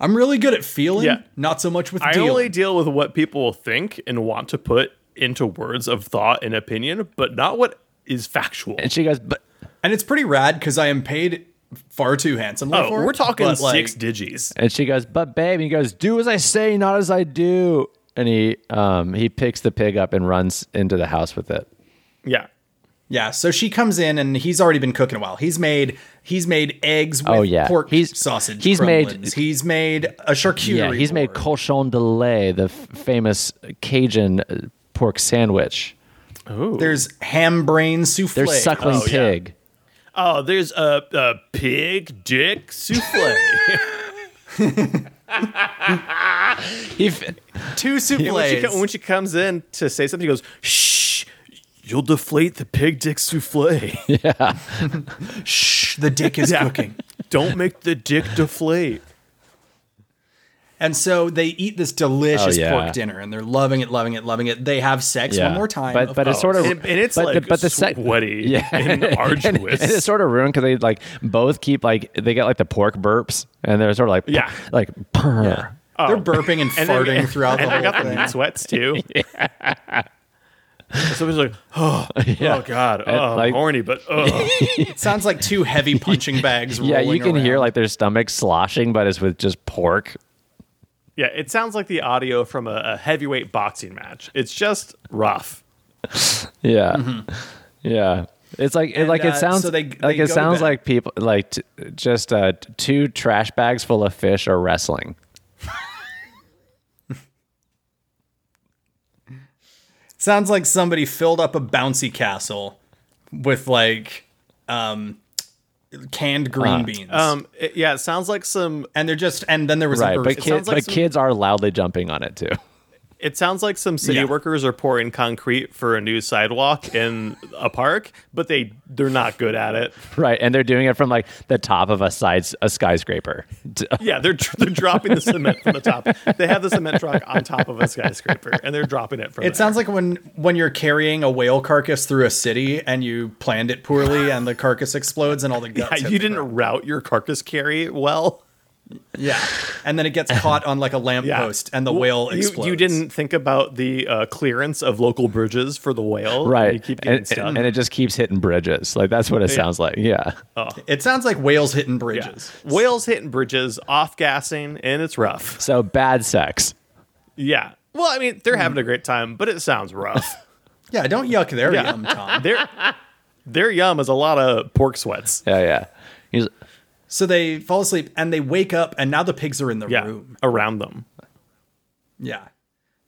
Speaker 2: I'm really good at feeling.
Speaker 4: Yeah.
Speaker 2: Not so much with
Speaker 4: I
Speaker 2: dealing.
Speaker 4: only deal with what people will think and want to put into words of thought and opinion, but not what is factual.
Speaker 3: And she goes, but
Speaker 2: and it's pretty rad because I am paid far too handsomely
Speaker 4: Oh,
Speaker 2: for it.
Speaker 4: we're talking
Speaker 2: but, like,
Speaker 4: six digis.
Speaker 3: and she goes, but babe, and he goes, do as I say, not as I do. And he um he picks the pig up and runs into the house with it.
Speaker 4: Yeah.
Speaker 2: Yeah, so she comes in and he's already been cooking a while. He's made he's made eggs with
Speaker 3: Oh, yeah.
Speaker 2: pork
Speaker 3: He's-
Speaker 2: sausage.
Speaker 3: he's made-
Speaker 2: crumblings. he's made a charcuterie.
Speaker 3: Yeah, he's made
Speaker 2: board.
Speaker 3: colchon de lait, the f- famous Cajun uh, pork sandwich.
Speaker 2: There's ham brain souffle.
Speaker 3: There's suckling
Speaker 4: Oh, yeah.
Speaker 3: pig.
Speaker 4: Oh, there's a, a pig dick souffle.
Speaker 3: He f-
Speaker 2: two
Speaker 4: Yeah, when, she,
Speaker 2: souffles.
Speaker 4: co- when she comes in to say something, he goes, shh, you'll deflate the pig dick souffle.
Speaker 2: Shh, the dick is
Speaker 4: Yeah.
Speaker 2: cooking.
Speaker 4: Don't make the dick deflate.
Speaker 2: And so they eat this delicious
Speaker 3: Oh, yeah.
Speaker 2: pork dinner and they're loving it, loving it, loving it. They have sex
Speaker 3: Yeah.
Speaker 2: one more time. Oh,
Speaker 3: But-
Speaker 2: of
Speaker 3: but it's
Speaker 2: course.
Speaker 3: sort of-
Speaker 4: And, and it's
Speaker 3: But the-
Speaker 4: like
Speaker 3: but the sec-
Speaker 4: sweaty
Speaker 3: Yeah.
Speaker 4: and arduous.
Speaker 3: and, and it's sort of ruined because they like both keep like they get like the pork burps and they're sort of like purr-
Speaker 4: Yeah.
Speaker 3: like purr.
Speaker 2: oh. they're burping and
Speaker 4: And then-
Speaker 2: farting throughout
Speaker 4: and
Speaker 2: the
Speaker 4: I got
Speaker 2: whole
Speaker 4: the
Speaker 2: thing.
Speaker 4: meat sweats too. Somebody's like, oh, oh god,
Speaker 3: And,
Speaker 4: oh,
Speaker 3: like-
Speaker 4: horny, but oh.
Speaker 2: It sounds like two heavy punching bags.
Speaker 3: Yeah, you
Speaker 2: rolling
Speaker 3: can hear
Speaker 2: around.
Speaker 3: like their stomachs sloshing, but it's with just pork.
Speaker 4: yeah, it sounds like the audio from a, a heavyweight boxing match. It's just rough.
Speaker 3: Yeah, yeah. It's like it, like
Speaker 2: Mm-hmm. And, uh,
Speaker 3: it sounds
Speaker 2: so they-
Speaker 3: like
Speaker 2: they
Speaker 3: it
Speaker 2: go
Speaker 3: sounds
Speaker 2: to bed.
Speaker 3: like people like t- just uh, t- two trash bags full of fish are wrestling.
Speaker 2: Sounds like somebody filled up a bouncy castle with like um canned green beans.
Speaker 4: Um, it- yeah, it sounds like some.
Speaker 2: and they're just and then there was a
Speaker 3: Right,
Speaker 2: burst.
Speaker 3: but
Speaker 2: It
Speaker 3: kids
Speaker 4: sounds like
Speaker 3: but
Speaker 4: some-
Speaker 3: kids are loudly jumping on it too.
Speaker 4: It sounds like some city
Speaker 2: Yeah.
Speaker 4: workers are pouring concrete for a new sidewalk in a park, but they they're not good at it.
Speaker 3: Right, and they're doing it from like the top of a side a skyscraper.
Speaker 4: Yeah, they're they're dropping the cement from the top. They have the cement truck on top of a skyscraper, and they're dropping it from.
Speaker 2: It
Speaker 4: there.
Speaker 2: sounds like when when you're carrying a whale carcass through a city and you planned it poorly and the carcass explodes and all the guts.
Speaker 4: Yeah,
Speaker 2: hit
Speaker 4: you
Speaker 2: the
Speaker 4: didn't
Speaker 2: ground.
Speaker 4: route your carcass carry well.
Speaker 2: Yeah, and then it gets caught on like a
Speaker 4: Yeah.
Speaker 2: lamppost and the
Speaker 4: Well,
Speaker 2: whale
Speaker 4: you-
Speaker 2: explodes.
Speaker 4: You, didn't think about the uh, clearance of local bridges for the whale.
Speaker 3: right
Speaker 4: You keep getting
Speaker 3: and,
Speaker 4: stuck.
Speaker 3: and it just keeps hitting bridges like that's what it sounds like yeah
Speaker 2: It sounds like whales hitting
Speaker 4: Yeah.
Speaker 2: bridges.
Speaker 4: Whales hitting bridges, off gassing, and it's rough.
Speaker 3: so bad sex
Speaker 4: Yeah. Well, I mean, they're having a great time, but it sounds rough.
Speaker 2: Yeah, don't yuck their
Speaker 4: Yeah.
Speaker 2: yum, Tom.
Speaker 4: their, their yum is a lot of pork sweats.
Speaker 3: yeah yeah He's, oh,
Speaker 2: So they fall asleep and they wake up and now the pigs are in the
Speaker 4: Yeah.
Speaker 2: room.
Speaker 4: Around them.
Speaker 2: Yeah.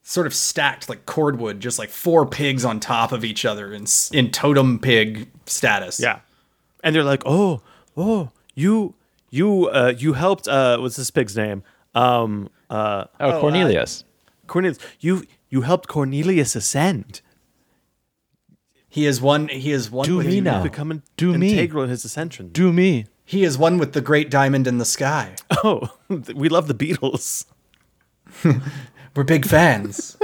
Speaker 2: Sort of stacked like cordwood, just like four pigs on top of each other in s- in totem pig status.
Speaker 4: Yeah. And they're like, oh, oh, you, you, uh, you helped, uh, what's this pig's name? Um, uh,
Speaker 3: oh, cornelius
Speaker 4: Cornelius, you you helped Cornelius ascend.
Speaker 2: He is one. He is one. With,
Speaker 3: me now.
Speaker 4: become in-
Speaker 3: Do me.
Speaker 4: integral in his ascension.
Speaker 3: do me
Speaker 2: He is one with the great diamond in the sky.
Speaker 4: oh, we love the Beatles.
Speaker 2: We're big fans.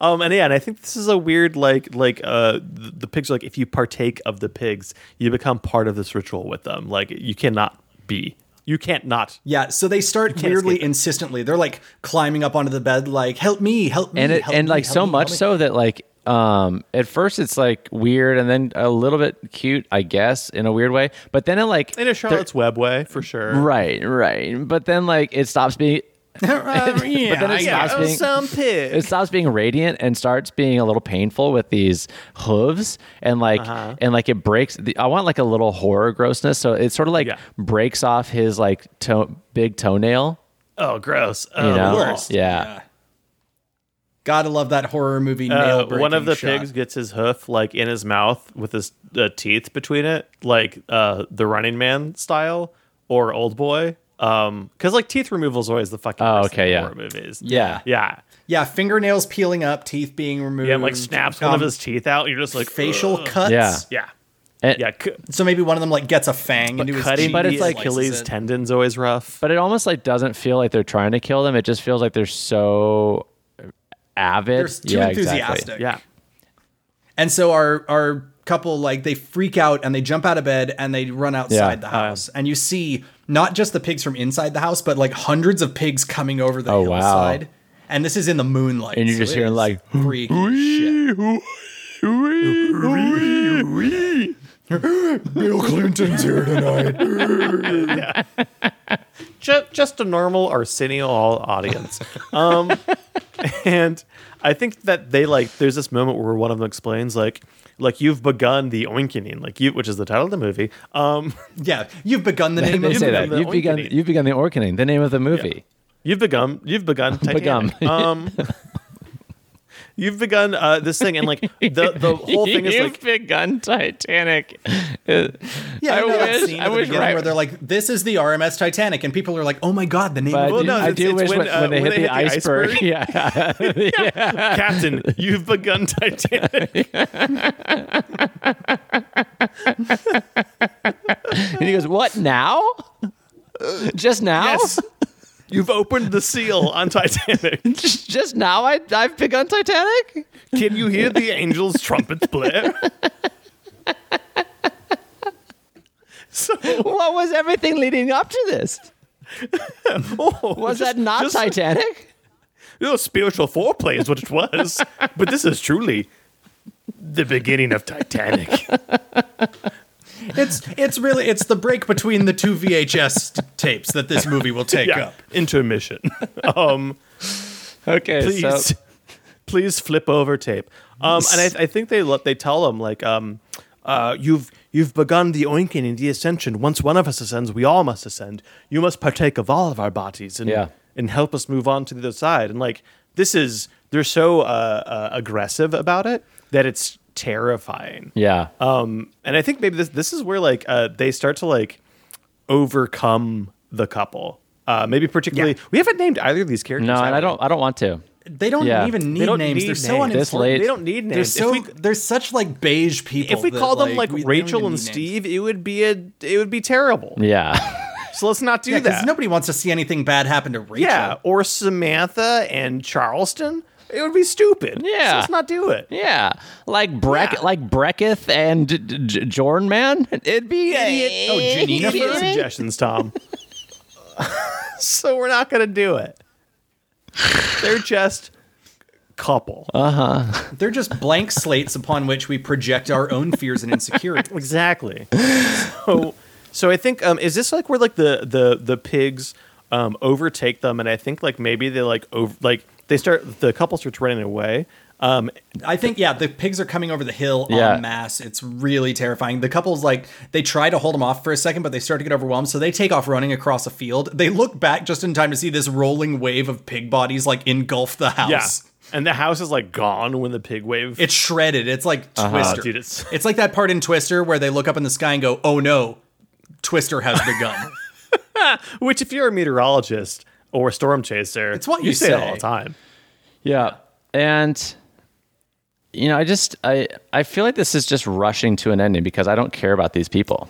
Speaker 4: Um, and yeah, and I think this is a weird like like uh the, the pigs are like if you partake of the pigs, you become part of this ritual with them. Like you cannot be, you can't not.
Speaker 2: yeah. So they start
Speaker 4: can't
Speaker 2: weirdly
Speaker 4: escape it.
Speaker 2: insistently. They're like climbing up onto the bed, like "Help me! Help me!"
Speaker 3: and it,
Speaker 2: help
Speaker 3: and
Speaker 2: me,
Speaker 3: like
Speaker 2: help
Speaker 3: so
Speaker 2: me,
Speaker 3: much
Speaker 2: help me."
Speaker 3: so that like um at first it's like weird and then a little bit cute i guess in a weird way but then it like
Speaker 4: In a Charlotte's Web way for sure.
Speaker 3: right right but then like it stops being
Speaker 2: Um, yeah,
Speaker 3: then it's
Speaker 2: I-
Speaker 3: not-
Speaker 4: Oh,
Speaker 3: being-
Speaker 4: some pig.
Speaker 3: it stops being radiant and starts being a little painful with these hooves and like and like it breaks the, i want like a little horror grossness so it sort of like
Speaker 4: Yeah.
Speaker 3: breaks off his like toe, big toenail
Speaker 4: oh, gross. Oh,
Speaker 3: you know
Speaker 4: the
Speaker 2: worst.
Speaker 4: worst.
Speaker 3: yeah,
Speaker 2: Gotta love that horror movie.
Speaker 4: Uh,
Speaker 2: nail
Speaker 4: one of the
Speaker 2: shot.
Speaker 4: pigs gets his hoof like in his mouth with his uh, teeth between it, like uh, the Running Man style or Old Boy. Um, because like teeth removal is always the fucking
Speaker 3: Oh,
Speaker 4: worst thing
Speaker 3: okay,
Speaker 4: in
Speaker 3: yeah.
Speaker 4: horror movies.
Speaker 3: Yeah.
Speaker 4: yeah,
Speaker 2: Yeah, fingernails peeling up, teeth being removed.
Speaker 4: yeah. Like snaps one
Speaker 2: um,
Speaker 4: of his uh, teeth out. And you're just like
Speaker 2: facial
Speaker 4: ugh.
Speaker 2: cuts.
Speaker 3: Yeah.
Speaker 4: Yeah,
Speaker 3: And-
Speaker 4: yeah. Cu-
Speaker 2: So maybe one of them like gets a fang into his
Speaker 4: cutting,
Speaker 2: cheek
Speaker 4: but it's
Speaker 2: and
Speaker 4: like
Speaker 2: slices
Speaker 4: Achilles
Speaker 2: it.
Speaker 4: tendon's always rough.
Speaker 3: but it almost like doesn't feel like they're trying to kill them it just feels like they're so avid
Speaker 2: They're too
Speaker 3: yeah,
Speaker 2: enthusiastic.
Speaker 3: exactly.
Speaker 4: yeah,
Speaker 2: And so our our couple like they freak out and they jump out of bed and they run outside
Speaker 3: Yeah.
Speaker 2: the house. and you see not just the pigs from inside the house, but like hundreds of pigs coming over the
Speaker 3: Oh, wow.
Speaker 2: hillside. And this is in the moonlight.
Speaker 3: And you're just
Speaker 2: it
Speaker 3: hearing,
Speaker 2: is
Speaker 3: like,
Speaker 2: freaky shit. Bill Clinton's here tonight.
Speaker 4: just, just a normal Arsenio Hall audience. Um, and I think that they like there's this moment where one of them explains like like you've begun the oinkening like you which is the title of the movie. Um,
Speaker 2: yeah, you've begun the name
Speaker 3: they
Speaker 2: of the
Speaker 3: say that
Speaker 2: movie.
Speaker 3: you've
Speaker 4: the
Speaker 3: begun
Speaker 4: Oinkening.
Speaker 3: you've begun the Orkening, the name of the movie
Speaker 4: you've begun you've begun
Speaker 3: Begun.
Speaker 4: Titanic. Um, you've begun uh, this thing and like the the whole thing is like
Speaker 3: begun Titanic.
Speaker 2: Yeah,
Speaker 3: I
Speaker 2: you know that
Speaker 3: wish-
Speaker 2: scene
Speaker 3: I
Speaker 2: at the
Speaker 3: wish
Speaker 2: beginning
Speaker 3: right-
Speaker 2: where they're like, "This is the RMS Titanic," and people are like, "Oh my god, the name
Speaker 3: But
Speaker 2: of
Speaker 3: I
Speaker 4: Well,
Speaker 3: do,
Speaker 4: no,
Speaker 3: I
Speaker 4: it's-
Speaker 3: do
Speaker 4: it's
Speaker 3: wish
Speaker 4: when,
Speaker 3: when,
Speaker 4: uh,
Speaker 3: when they
Speaker 4: when
Speaker 3: hit
Speaker 4: they
Speaker 3: the
Speaker 4: hit the
Speaker 3: iceberg,
Speaker 4: iceberg.
Speaker 3: yeah,
Speaker 4: Captain, you've begun Titanic.
Speaker 3: and he goes, "What now? Just now?
Speaker 4: Yes. You've opened the seal on Titanic.
Speaker 3: Just now? I I've begun Titanic."
Speaker 4: Can you hear the angels' trumpets blare? So
Speaker 3: What was everything leading up to this? Was that not
Speaker 4: just-
Speaker 3: Titanic?
Speaker 4: you know, spiritual foreplay is what it was, but this is truly the beginning of Titanic.
Speaker 2: It's it's really it's the break between the two VHS t- tapes that this movie will take
Speaker 4: Yeah,
Speaker 2: up.
Speaker 4: intermission. Um,
Speaker 3: Okay,
Speaker 4: please,
Speaker 3: so
Speaker 4: please flip over tape. Um, and I, I think they let- they tell them like, um, uh, you've you've begun the oinking and the ascension. Once one of us ascends, we all must ascend. You must partake of all of our bodies and
Speaker 3: Yeah.
Speaker 4: and help us move on to the other side. And like this is they're so uh, uh, aggressive about it that it's terrifying.
Speaker 3: yeah,
Speaker 4: Um, and I think maybe this this is where like uh, they start to like overcome the couple. Uh, maybe particularly we haven't named either of these characters.
Speaker 3: no,
Speaker 4: have
Speaker 3: and I
Speaker 4: we?
Speaker 3: don't I don't want to.
Speaker 2: They don't
Speaker 3: Yeah.
Speaker 2: even need
Speaker 4: They don't
Speaker 2: names.
Speaker 4: need
Speaker 2: they're so
Speaker 4: names.
Speaker 3: This
Speaker 2: unimportant.
Speaker 3: late-
Speaker 4: They don't need names.
Speaker 2: They're so
Speaker 4: if we,
Speaker 2: they're such like beige people.
Speaker 4: if we
Speaker 2: that,
Speaker 4: call them like
Speaker 2: we- they don't
Speaker 4: Rachel
Speaker 2: even
Speaker 4: and
Speaker 2: need names.
Speaker 4: Steve, it would be a it would be terrible.
Speaker 3: Yeah,
Speaker 4: So let's not do
Speaker 2: yeah, because
Speaker 4: that.
Speaker 2: nobody wants to see anything bad happen to Rachel.
Speaker 4: yeah, or Samantha and Charleston, it would be stupid.
Speaker 3: Yeah.
Speaker 4: so let's not do it.
Speaker 3: yeah, like Breck,
Speaker 4: Yeah.
Speaker 3: like Brecketh and J- J- Jorn, man, it'd be
Speaker 2: Oh, Janina
Speaker 4: Any
Speaker 2: first?
Speaker 4: suggestions, Tom? so we're not gonna do it. They're just couple.
Speaker 2: Uh. They're just blank slates upon which we project our own fears and insecurities.
Speaker 4: Exactly. so, so I think um, is this like where like the the the pigs um, overtake them, and I think like maybe they like over like they start the couple starts running away. Um,
Speaker 2: I think yeah, the pigs are coming over the hill
Speaker 3: Yeah.
Speaker 2: en masse. It's really terrifying. The couple's like they try to hold them off for a second, but they start to get overwhelmed, so they take off running across a field. They look back just in time to see this rolling wave of pig bodies like engulf the
Speaker 4: yeah,
Speaker 2: house.
Speaker 4: and the house is like gone when the pig wave.
Speaker 2: It's shredded. It's like
Speaker 3: Uh-huh.
Speaker 2: Twister.
Speaker 4: Dude, it's-
Speaker 2: it's like that part in Twister where they look up in the sky and go, "Oh no, Twister has begun."
Speaker 4: which if you're a meteorologist or a storm chaser,
Speaker 2: It's what you
Speaker 4: say, it
Speaker 2: say.
Speaker 4: all the time.
Speaker 3: Yeah. And you know, I just I I feel like this is just rushing to an ending because I don't care about these people.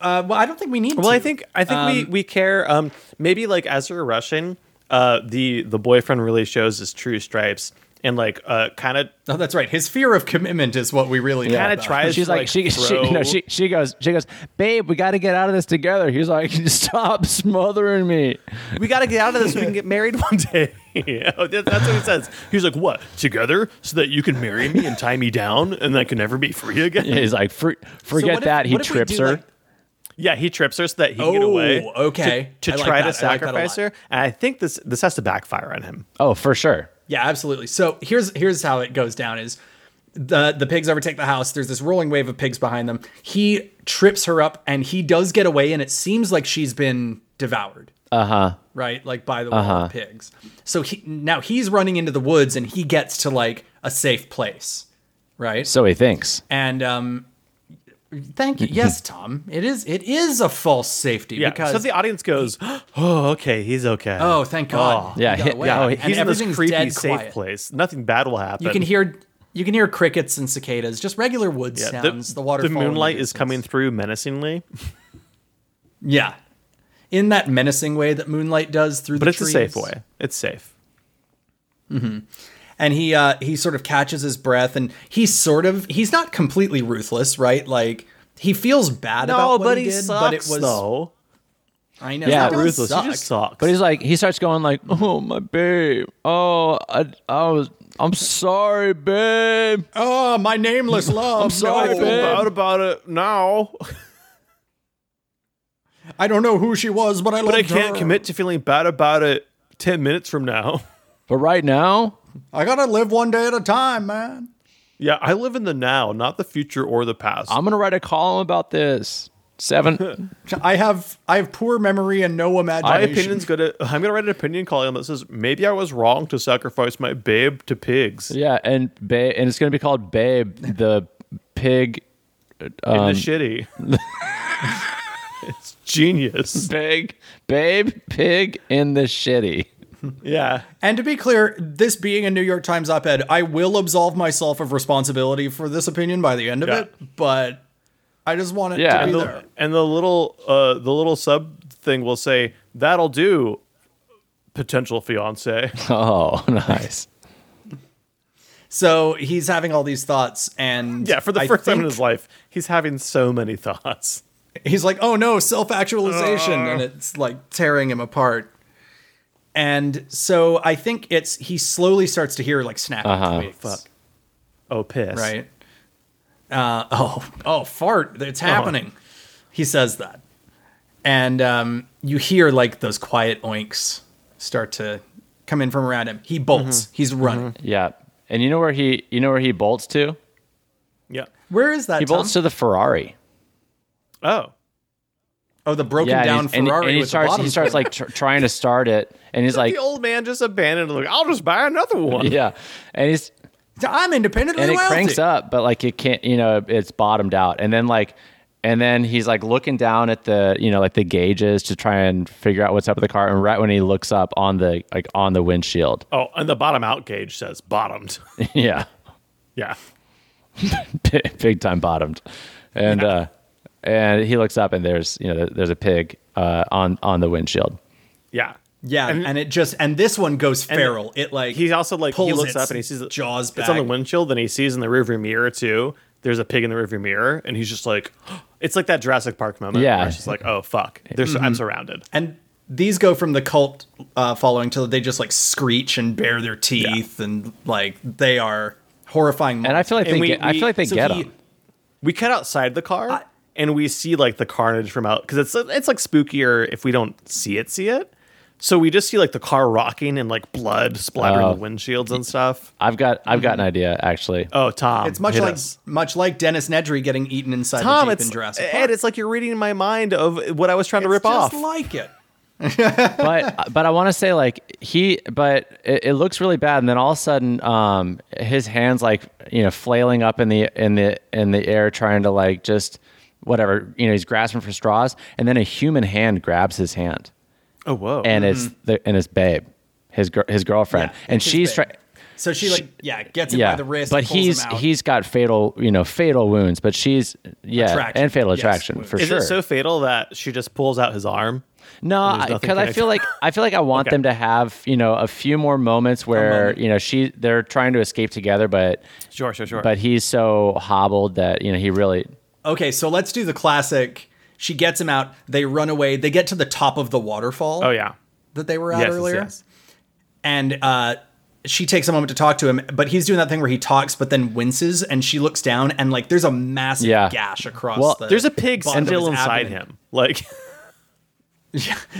Speaker 2: uh, well, I don't think we need.
Speaker 4: Well,
Speaker 2: to.
Speaker 4: I think I think we we care. Um, maybe like as we're rushing, uh, the the boyfriend really shows his true stripes and like uh, kind of
Speaker 2: Oh, that's right. His fear of commitment is what we really know
Speaker 4: kind of
Speaker 2: about.
Speaker 4: tries.
Speaker 3: She's
Speaker 4: to,
Speaker 3: like,
Speaker 4: like
Speaker 3: she she you
Speaker 4: throw-
Speaker 3: know, she she goes she goes, "Babe, we got to get out of this together." He's like, "Stop smothering me."
Speaker 4: we got to get out of this so we can get married one day. Oh, that- That's what he says. He's like, what? Together so that you can marry me and tie me down and I can never be free again?
Speaker 3: He's like, "For-
Speaker 2: So
Speaker 3: "Forget
Speaker 2: what if-
Speaker 3: that." He
Speaker 2: what if we
Speaker 3: trips
Speaker 2: do,
Speaker 3: her.
Speaker 2: like-
Speaker 4: Yeah, he trips her so that he can get
Speaker 2: Oh,
Speaker 4: away.
Speaker 2: okay.
Speaker 4: To,
Speaker 2: I
Speaker 4: to
Speaker 2: like that. I
Speaker 4: try
Speaker 2: like
Speaker 4: to
Speaker 2: that a
Speaker 4: sacrifice
Speaker 2: lot.
Speaker 4: her. And I think this this has to backfire on him.
Speaker 3: Oh, for sure.
Speaker 2: Yeah, absolutely. So here's here's how it goes down is the the pigs overtake the house. There's this rolling wave of pigs behind them. He trips her up and he does get away and it seems like she's been devoured. Uh-huh. Right? Like by the
Speaker 4: Uh-huh.
Speaker 2: wall of pigs. So he now he's running into the woods and he gets to like a safe place. Right?
Speaker 3: So he thinks.
Speaker 2: and um thank you. Yes, Tom. It is it is a false safety
Speaker 4: Yeah.
Speaker 2: because
Speaker 4: so the audience goes, "Oh, okay, he's okay."
Speaker 2: Oh, thank God.
Speaker 4: Oh.
Speaker 3: Yeah,
Speaker 2: He got
Speaker 3: he-
Speaker 2: away.
Speaker 4: yeah.
Speaker 3: wow.
Speaker 4: he's
Speaker 2: and
Speaker 4: in this
Speaker 2: everything's
Speaker 4: creepy,
Speaker 2: dead
Speaker 4: safe
Speaker 2: quiet.
Speaker 4: place. Nothing bad will happen.
Speaker 2: You can hear you can hear crickets and cicadas, just regular wood
Speaker 4: Yeah,
Speaker 2: sounds. The, water.
Speaker 4: The moonlight is coming through menacingly,
Speaker 2: Yeah, in that menacing way that moonlight does through
Speaker 4: but
Speaker 2: the
Speaker 4: it's a
Speaker 2: trees.
Speaker 4: safe way. It's safe.
Speaker 2: And he uh, he sort of catches his breath, and he's sort of he's not completely ruthless, right? Like he feels bad about what he, did, but it was
Speaker 4: though.
Speaker 2: I know
Speaker 3: Yeah,
Speaker 2: it
Speaker 4: Not
Speaker 2: doesn't
Speaker 4: ruthless.
Speaker 2: suck.
Speaker 4: He just sucks.
Speaker 3: But he's like, he starts going like, "Oh my babe, oh I, I was, I'm sorry, babe."
Speaker 2: oh, my nameless love. I'm
Speaker 3: sorry,
Speaker 4: feel
Speaker 3: babe.
Speaker 4: bad about it now,
Speaker 2: I don't know who she was, but I
Speaker 4: but I can't commit to feeling bad about it ten minutes from now.
Speaker 3: But right now,
Speaker 2: I gotta live one day at a time, man.
Speaker 4: Yeah, I live in the now, not the future or the past.
Speaker 3: I'm gonna write a column about this. Seven.
Speaker 2: I have I have poor memory and no
Speaker 4: my
Speaker 2: imagination.
Speaker 4: opinion's gonna. I'm gonna write an opinion column that says maybe I was wrong to sacrifice my babe to pigs
Speaker 3: yeah, and babe, and it's gonna be called Babe the Pig.
Speaker 4: in
Speaker 2: Um,
Speaker 4: the shitty. it's genius.
Speaker 3: Pig, babe, pig in the shitty.
Speaker 4: Yeah,
Speaker 2: And to be clear, this being a New York Times op ed, I will absolve myself of responsibility for this opinion by the end of
Speaker 4: Yeah.
Speaker 2: it, but I just want it to
Speaker 3: Yeah.
Speaker 2: be
Speaker 3: And
Speaker 2: there.
Speaker 4: the, and the little uh, the little sub thing will say that'll do. Potential fiance.
Speaker 3: Oh, nice.
Speaker 2: So he's having all these thoughts, and
Speaker 4: Yeah, for the
Speaker 2: I
Speaker 4: first time in
Speaker 2: think
Speaker 4: his life, he's having so many thoughts.
Speaker 2: he's like, oh no, self actualization. and
Speaker 4: Uh.
Speaker 2: it's like tearing him apart. And so I think it's he slowly starts to hear like snapping
Speaker 4: Uh-huh.
Speaker 2: twigs.
Speaker 4: Fuck. Oh, piss.
Speaker 2: right? Uh, oh, oh, fart! It's happening. He says that, and um, you hear like those quiet oinks start to come in from around him. He bolts.
Speaker 3: Mm-hmm.
Speaker 2: He's running.
Speaker 3: Yeah, and you know where he, you know where he bolts to?
Speaker 4: Yeah.
Speaker 2: Where is that?
Speaker 3: He bolts
Speaker 2: Tom?
Speaker 3: to the Ferrari.
Speaker 4: Oh.
Speaker 2: oh, the broken
Speaker 3: yeah,
Speaker 2: down
Speaker 3: and, he's- and-
Speaker 2: Ferrari
Speaker 3: and he
Speaker 2: with
Speaker 3: starts,
Speaker 2: the
Speaker 3: he
Speaker 2: bottom.
Speaker 3: starts like tr- trying to start it, and he's like,
Speaker 4: the old man just abandoned. Like, I'll just buy another one.
Speaker 3: yeah, and he's
Speaker 2: I'm independently
Speaker 3: and it
Speaker 2: wealthy.
Speaker 3: cranks up, but like it can't, you know, it's bottomed out, and then like, and then he's like looking down at the, you know, like the gauges to try and figure out what's up with the car, and right when he looks up on the like on the windshield,
Speaker 4: Oh, and the bottom out gauge says bottomed.
Speaker 3: yeah,
Speaker 4: yeah.
Speaker 3: big big time bottomed, and uh, and he looks up and there's you know there's a pig uh on on the windshield.
Speaker 4: Yeah.
Speaker 2: yeah, and,
Speaker 4: And-
Speaker 2: it just and this one goes
Speaker 4: And
Speaker 2: feral. It like
Speaker 4: He's also like he
Speaker 2: pulls
Speaker 4: looks
Speaker 2: its
Speaker 4: up and he sees the
Speaker 2: jaws back.
Speaker 4: It's on the windshield, and he sees in the rearview mirror too. There's a pig in the rearview mirror, and he's just like, it's like that Jurassic Park moment.
Speaker 3: Yeah.
Speaker 4: where it's just like, oh fuck, There's
Speaker 2: Mm-hmm.
Speaker 4: I'm surrounded.
Speaker 2: And these go from the cult uh, following to they just like screech and bare their teeth and like they are horrifying.
Speaker 3: And I
Speaker 2: monsters.
Speaker 3: feel like they get, I feel like they
Speaker 4: so
Speaker 3: get
Speaker 4: he-
Speaker 3: him.
Speaker 4: We cut outside the car and we see like the carnage from out because it's it's like spookier if we don't see it, see it. So we just see like the car rocking and like blood splattering the windshields and stuff.
Speaker 3: I've got I've got an idea actually.
Speaker 4: Oh, Tom,
Speaker 2: It's much
Speaker 4: hit
Speaker 2: like
Speaker 4: us.
Speaker 2: much like Dennis Nedry getting eaten inside
Speaker 4: Tom.
Speaker 2: the Jeep
Speaker 4: It's
Speaker 2: in Jurassic Park.
Speaker 4: Ed. It's like you're reading my mind of what I was trying to rip off.
Speaker 2: just like it.
Speaker 3: but but I want to say like he but it, it looks really bad and then all of a sudden um his hands like you know flailing up in the in the in the air trying to like just whatever you know he's grasping for straws and then a human hand grabs his hand
Speaker 4: oh, whoa!
Speaker 3: and it's the and it's babe his gir- his girlfriend
Speaker 2: Mm-hmm. Yeah,
Speaker 3: and
Speaker 2: it's his
Speaker 3: she's
Speaker 2: babe.
Speaker 3: trying
Speaker 2: So she like yeah gets it by the wrist,
Speaker 3: but
Speaker 2: pulls
Speaker 3: he's
Speaker 2: him out.
Speaker 3: he's got fatal you know fatal wounds but she's yeah
Speaker 2: Attraction,
Speaker 3: and fatal
Speaker 2: yes,
Speaker 3: attraction
Speaker 2: wounds.
Speaker 3: for
Speaker 4: is
Speaker 3: sure
Speaker 4: it so fatal that she just pulls out his arm?
Speaker 3: No,
Speaker 4: there's nothing
Speaker 3: because I feel like I feel like I want
Speaker 4: Okay.
Speaker 3: them to have you know a few more moments where you know she they're trying to escape together, but
Speaker 4: Sure, sure, sure.
Speaker 3: but he's so hobbled that you know he really
Speaker 2: okay. So let's do the classic. She gets him out. They run away. They get to the top of the waterfall
Speaker 4: oh yeah,
Speaker 2: that they were at
Speaker 4: yes, yes,
Speaker 2: earlier,
Speaker 4: yes.
Speaker 2: and uh, she takes a moment to talk to him, but he's doing that thing where he talks but then winces, and she looks down and like there's a massive
Speaker 3: Yeah.
Speaker 2: gash across.
Speaker 3: Well,
Speaker 2: the
Speaker 4: There's a pig
Speaker 2: bottom of
Speaker 4: still
Speaker 2: his
Speaker 4: inside
Speaker 2: abdomen.
Speaker 4: him. Like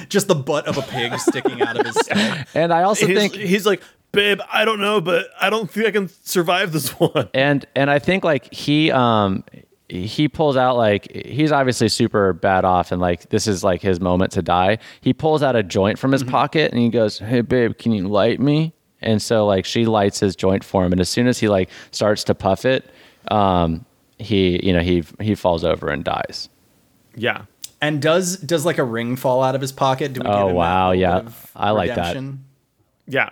Speaker 2: Just the butt of a pig sticking out of his. stomach.
Speaker 3: And I also
Speaker 4: he's,
Speaker 3: think
Speaker 4: he's like, babe, I don't know, but I don't think I can survive this one.
Speaker 3: and and I think like he um he pulls out like he's obviously super bad off and like this is like his moment to die. He pulls out a joint from his
Speaker 2: Mm-hmm.
Speaker 3: pocket and he goes, "Hey babe, can you light me?" And so like she lights his joint for him and as soon as he like starts to puff it, um he you know he he falls over and dies.
Speaker 4: Yeah.
Speaker 2: And does does like a ring fall out of his pocket? Do we give
Speaker 3: Oh,
Speaker 2: him that
Speaker 3: wow,
Speaker 2: little
Speaker 3: yeah.
Speaker 2: bit of
Speaker 3: I like that.
Speaker 2: redemption?
Speaker 4: Yeah.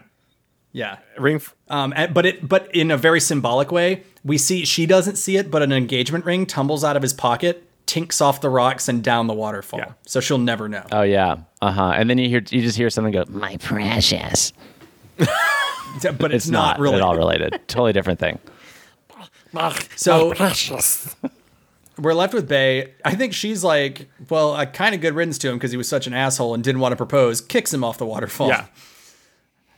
Speaker 2: Yeah,
Speaker 4: Ring f-
Speaker 2: um, and- but it but in a very symbolic way, we see she doesn't see it, but an engagement ring tumbles out of his pocket, tinks off the rocks and down the waterfall.
Speaker 4: Yeah.
Speaker 2: So she'll never know.
Speaker 3: Oh yeah. Uh-huh. And then you hear you just hear something go, "My precious."
Speaker 2: but it's,
Speaker 3: It's not,
Speaker 2: not, really
Speaker 3: at all related. totally different thing.
Speaker 2: So we're left with Bay. I think she's like, well, a kind of good riddance to him because he was such an asshole and didn't want to propose. Kicks him off the waterfall.
Speaker 4: Yeah.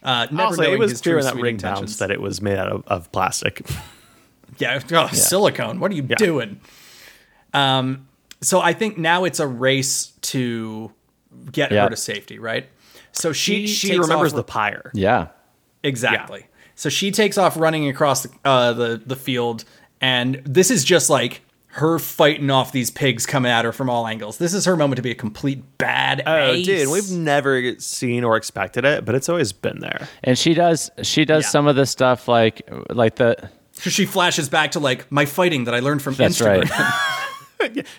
Speaker 2: uh, never
Speaker 4: Also, it
Speaker 2: knowing
Speaker 4: was
Speaker 2: his
Speaker 4: clear
Speaker 2: true
Speaker 4: in that
Speaker 2: sweet
Speaker 4: ring bounce
Speaker 2: intentions.
Speaker 4: that it was made out of, of plastic.
Speaker 2: Yeah, oh, silicone. What are you doing? Um, so I think now it's a race to get
Speaker 3: Yeah.
Speaker 2: her to safety, right? So she
Speaker 4: she she
Speaker 2: takes
Speaker 4: remembers
Speaker 2: off-
Speaker 4: the pyre.
Speaker 3: Yeah.
Speaker 2: Exactly. So she takes off running across the, uh, the the field, and this is just like her fighting off these pigs coming at her from all angles. This is her moment to be a complete bad.
Speaker 4: Oh, dude, we've never seen or expected it, but it's always been there.
Speaker 3: And she does she does
Speaker 2: Yeah.
Speaker 3: some of the stuff like like the
Speaker 2: she flashes back to like my fighting that I learned from
Speaker 3: That's
Speaker 2: Instagram.
Speaker 3: right.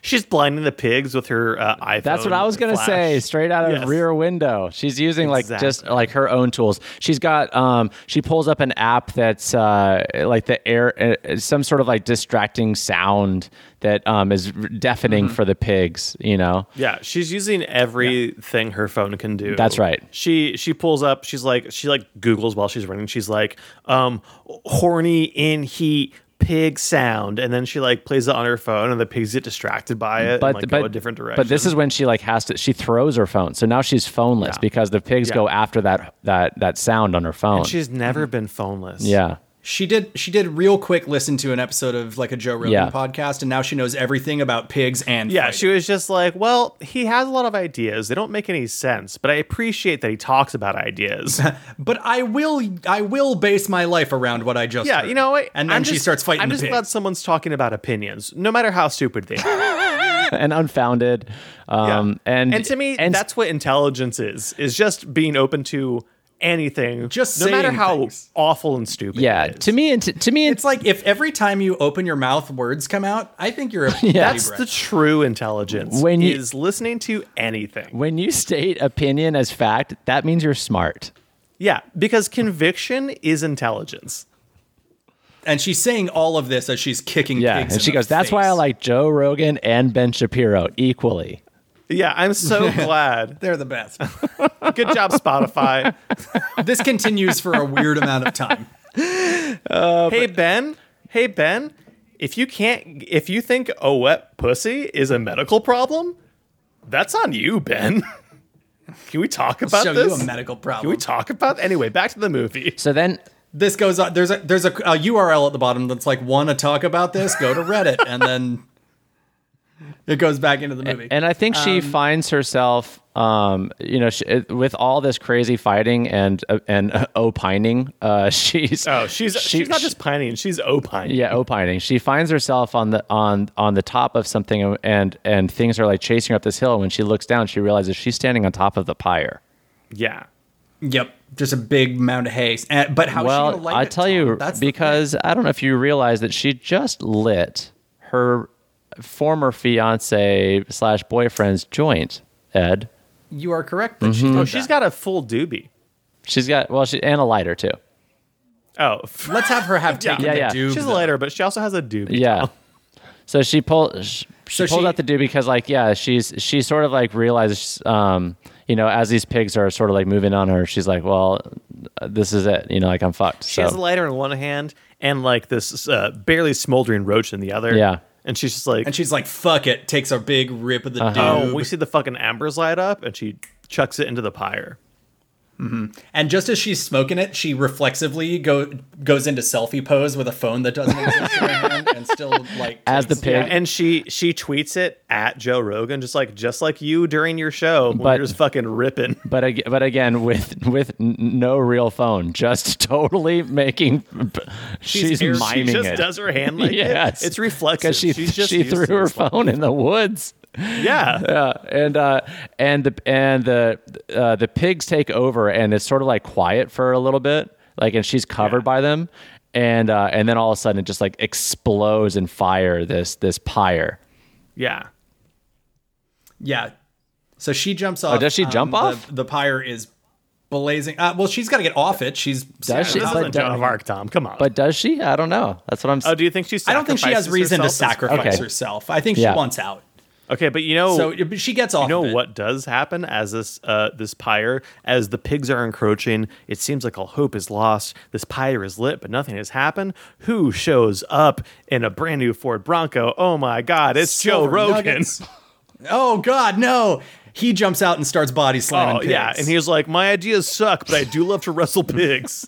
Speaker 4: She's blinding the pigs with her uh, iPhone.
Speaker 3: That's what I was gonna
Speaker 4: flash.
Speaker 3: say. Straight out of
Speaker 4: Yes.
Speaker 3: Rear Window, she's using like just
Speaker 4: Exactly.
Speaker 3: like her own tools. She's got um, she pulls up an app that's uh, like the air, uh, some sort of like distracting sound that um is
Speaker 4: Mm-hmm.
Speaker 3: deafening for the pigs. You know,
Speaker 4: Yeah, she's using everything her phone can do.
Speaker 3: That's right.
Speaker 4: She she pulls up. She's like she like Google's while she's running. She's like, um, horny in heat pig sound, and then she like plays it on her phone, and the pigs get distracted by it,
Speaker 3: but
Speaker 4: and, like,
Speaker 3: but
Speaker 4: go a different direction.
Speaker 3: But this is when she like has to. She throws her phone, so now she's phoneless because the pigs
Speaker 4: Yeah.
Speaker 3: go after that that that sound on her phone.
Speaker 4: she's never been phoneless.
Speaker 3: yeah.
Speaker 2: She did. She did real quick listen to an episode of like a Joe Rogan
Speaker 3: Yeah.
Speaker 2: podcast, and now she knows everything about pigs and
Speaker 4: Yeah,
Speaker 2: fighting.
Speaker 4: she was just like, well, he has a lot of ideas. They don't make any sense, but I appreciate that he talks about ideas.
Speaker 2: But I will. I will base my life around what I just.
Speaker 4: yeah,
Speaker 2: heard.
Speaker 4: you know what?
Speaker 2: And then
Speaker 4: I'm
Speaker 2: she
Speaker 4: just-
Speaker 2: starts fighting.
Speaker 4: I'm
Speaker 2: the
Speaker 4: just
Speaker 2: pig.
Speaker 4: glad someone's talking about opinions, no matter how stupid they are.
Speaker 3: and unfounded. Um,
Speaker 4: Yeah.
Speaker 3: and,
Speaker 4: to me, that's what intelligence is: is just being open to anything,
Speaker 2: Just
Speaker 4: no matter
Speaker 2: saying
Speaker 4: how
Speaker 2: things.
Speaker 4: awful and stupid.
Speaker 3: yeah.
Speaker 4: it is.
Speaker 3: To me, and to, to me,
Speaker 2: It's like if every time you open your mouth, words come out. I think you're a
Speaker 3: Yeah.
Speaker 4: that's the true intelligence.
Speaker 3: When you-
Speaker 4: is listening to anything.
Speaker 3: when you state opinion as fact, that means you're smart.
Speaker 4: Yeah, because conviction is intelligence.
Speaker 2: And she's saying all of this as she's kicking.
Speaker 3: Yeah,
Speaker 2: pigs
Speaker 3: and
Speaker 2: in
Speaker 3: she
Speaker 2: the
Speaker 3: goes, "That's why I
Speaker 2: face."
Speaker 3: like Joe Rogan and Ben Shapiro equally."
Speaker 4: Yeah, I'm so glad.
Speaker 2: They're the best.
Speaker 4: Good job, Spotify.
Speaker 2: this continues for a weird amount of time.
Speaker 4: hey Ben. Hey Ben. If you can't, if you think a wet pussy is a medical problem, that's on you, Ben. Can we talk about
Speaker 2: Show
Speaker 4: this?
Speaker 2: you a medical problem.
Speaker 4: Can we talk about anyway? Back to the movie.
Speaker 3: So then,
Speaker 2: this goes on. There's a there's a, a URL at the bottom that's like, want to talk about this? Go to Reddit, and then it goes back into the movie.
Speaker 3: and I think
Speaker 4: Um,
Speaker 3: she finds herself, um, you know, she, it- with all this crazy fighting and uh, and uh, opining, uh, she's
Speaker 4: Oh, she's
Speaker 3: she-
Speaker 4: she's not just pining; she's opining.
Speaker 3: yeah opining she finds herself on the on on the top of something and and things are like chasing her up this hill and when she looks down she realizes she's standing on top of the pyre
Speaker 4: yeah.
Speaker 2: yep, just a big mound of hay. And, but how she gonna
Speaker 3: well
Speaker 2: light
Speaker 3: i
Speaker 2: it,
Speaker 3: tell
Speaker 2: Tom?
Speaker 3: you
Speaker 2: That's the
Speaker 3: because i don't know if you realize that she just lit her former fiance slash boyfriend's joint ed
Speaker 2: thing. you are correct. That
Speaker 3: Mm-hmm.
Speaker 2: she did
Speaker 4: Oh,
Speaker 2: that.
Speaker 4: she's got a full doobie.
Speaker 3: she's got well she and a lighter too
Speaker 4: Oh,
Speaker 2: Let's have her have taken
Speaker 3: Yeah,
Speaker 2: the
Speaker 3: yeah.
Speaker 2: doob,
Speaker 4: she's a
Speaker 2: though.
Speaker 4: lighter, but she also has a doobie.
Speaker 3: yeah so she pulled she,
Speaker 2: Oh. So
Speaker 3: she pulled
Speaker 2: she-
Speaker 3: out the doobie because like yeah she's she sort of like realizes um you know as these pigs are sort of like moving on her she's like well this is it you know like i'm fucked
Speaker 4: She has a
Speaker 3: So-
Speaker 4: lighter in one hand and like this uh, barely smoldering roach in the other.
Speaker 3: Yeah.
Speaker 4: and she's just like,
Speaker 2: And she's like, "Fuck it!" Takes a big rip of the
Speaker 3: Uh-huh.
Speaker 4: oh,
Speaker 2: doob.
Speaker 4: we see the fucking embers light up, and she chucks it into the pyre.
Speaker 2: And just as she's smoking it, she reflexively go goes into selfie pose with a phone that doesn't exist in her hand and still like
Speaker 3: As the
Speaker 2: takes-
Speaker 3: pig,
Speaker 4: Yeah, and she she tweets it at Joe Rogan, just like just like you during your show, when
Speaker 3: But-
Speaker 4: you're just fucking ripping.
Speaker 3: but ag- but again with with n- no real phone, just totally making. She's,
Speaker 4: air-
Speaker 3: miming
Speaker 4: she just
Speaker 3: it.
Speaker 4: does her hand like
Speaker 3: yes,
Speaker 4: it. It's reflexive.
Speaker 3: Because she
Speaker 4: She's just
Speaker 3: she
Speaker 4: used
Speaker 3: threw
Speaker 4: to
Speaker 3: her
Speaker 4: this, like-
Speaker 3: phone in the woods.
Speaker 4: Yeah.
Speaker 3: Yeah, and uh, and the and the uh, the pigs take over, and it's sort of like quiet for a little bit, like, and she's covered by them, and uh, and then all of a sudden it just like explodes in fire. This this pyre.
Speaker 4: Yeah.
Speaker 2: Yeah. So she jumps off.
Speaker 3: Oh,
Speaker 2: um,
Speaker 3: does she jump
Speaker 2: the-
Speaker 3: off?
Speaker 2: The, pyre is blazing. Uh, well, she's got to get off it. She's.
Speaker 3: Does she?
Speaker 4: This
Speaker 3: But
Speaker 4: isn't Joan
Speaker 3: don't-
Speaker 4: of Arc, Tom. Come on.
Speaker 3: But does she? I don't know. That's what I'm.
Speaker 4: oh,
Speaker 3: saying.
Speaker 4: do you think she's?
Speaker 2: I don't think she has reason to sacrifice
Speaker 3: Okay.
Speaker 2: herself. I think she
Speaker 3: Yeah.
Speaker 2: wants out.
Speaker 4: Okay, but you know,
Speaker 2: So but she gets off.
Speaker 4: Oh, you know
Speaker 2: of it.
Speaker 4: what does happen as this uh, this pyre as the pigs are encroaching it seems like all hope is lost this pyre is lit but nothing has happened who shows up in a brand new ford bronco oh my god it's joe
Speaker 2: Silver
Speaker 4: rogan
Speaker 2: nuggets. Oh God, no! He jumps out and starts body slamming.
Speaker 4: oh yeah
Speaker 2: pigs.
Speaker 4: and he's like my ideas suck but i do love to wrestle pigs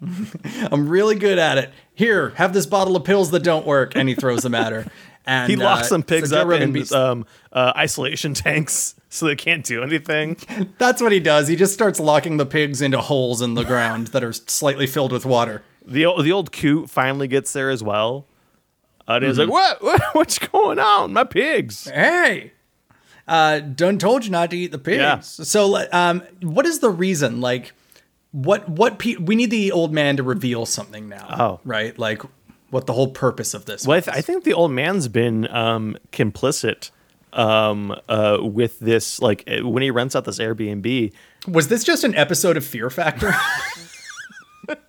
Speaker 2: I'm really good at it. Here, have this bottle of pills that don't work, and he throws them at her. And
Speaker 4: he
Speaker 2: uh,
Speaker 4: locks some
Speaker 2: so
Speaker 4: pigs
Speaker 2: Joe
Speaker 4: up
Speaker 2: Rogan
Speaker 4: in
Speaker 2: beats-
Speaker 4: um, uh, isolation tanks so they can't do anything
Speaker 2: That's what he does. He just starts locking the pigs into holes in the ground that are slightly filled with water.
Speaker 4: the old, the old coot finally gets there as well uh, and
Speaker 2: Mm-hmm.
Speaker 4: he's like what? what what's going on my pigs
Speaker 2: Hey, uh, done told you not to eat the pigs.
Speaker 4: Yeah.
Speaker 2: So, like, um, what is the reason? Like, what what pe- we need the old man to reveal something now?
Speaker 4: Oh.
Speaker 2: right, like what the whole purpose of this?
Speaker 4: Well, I,
Speaker 2: was.
Speaker 4: th- I think the old man's been um, complicit um, uh, with this. Like eh, when he rents out this Airbnb,
Speaker 2: was this just an episode of Fear Factor?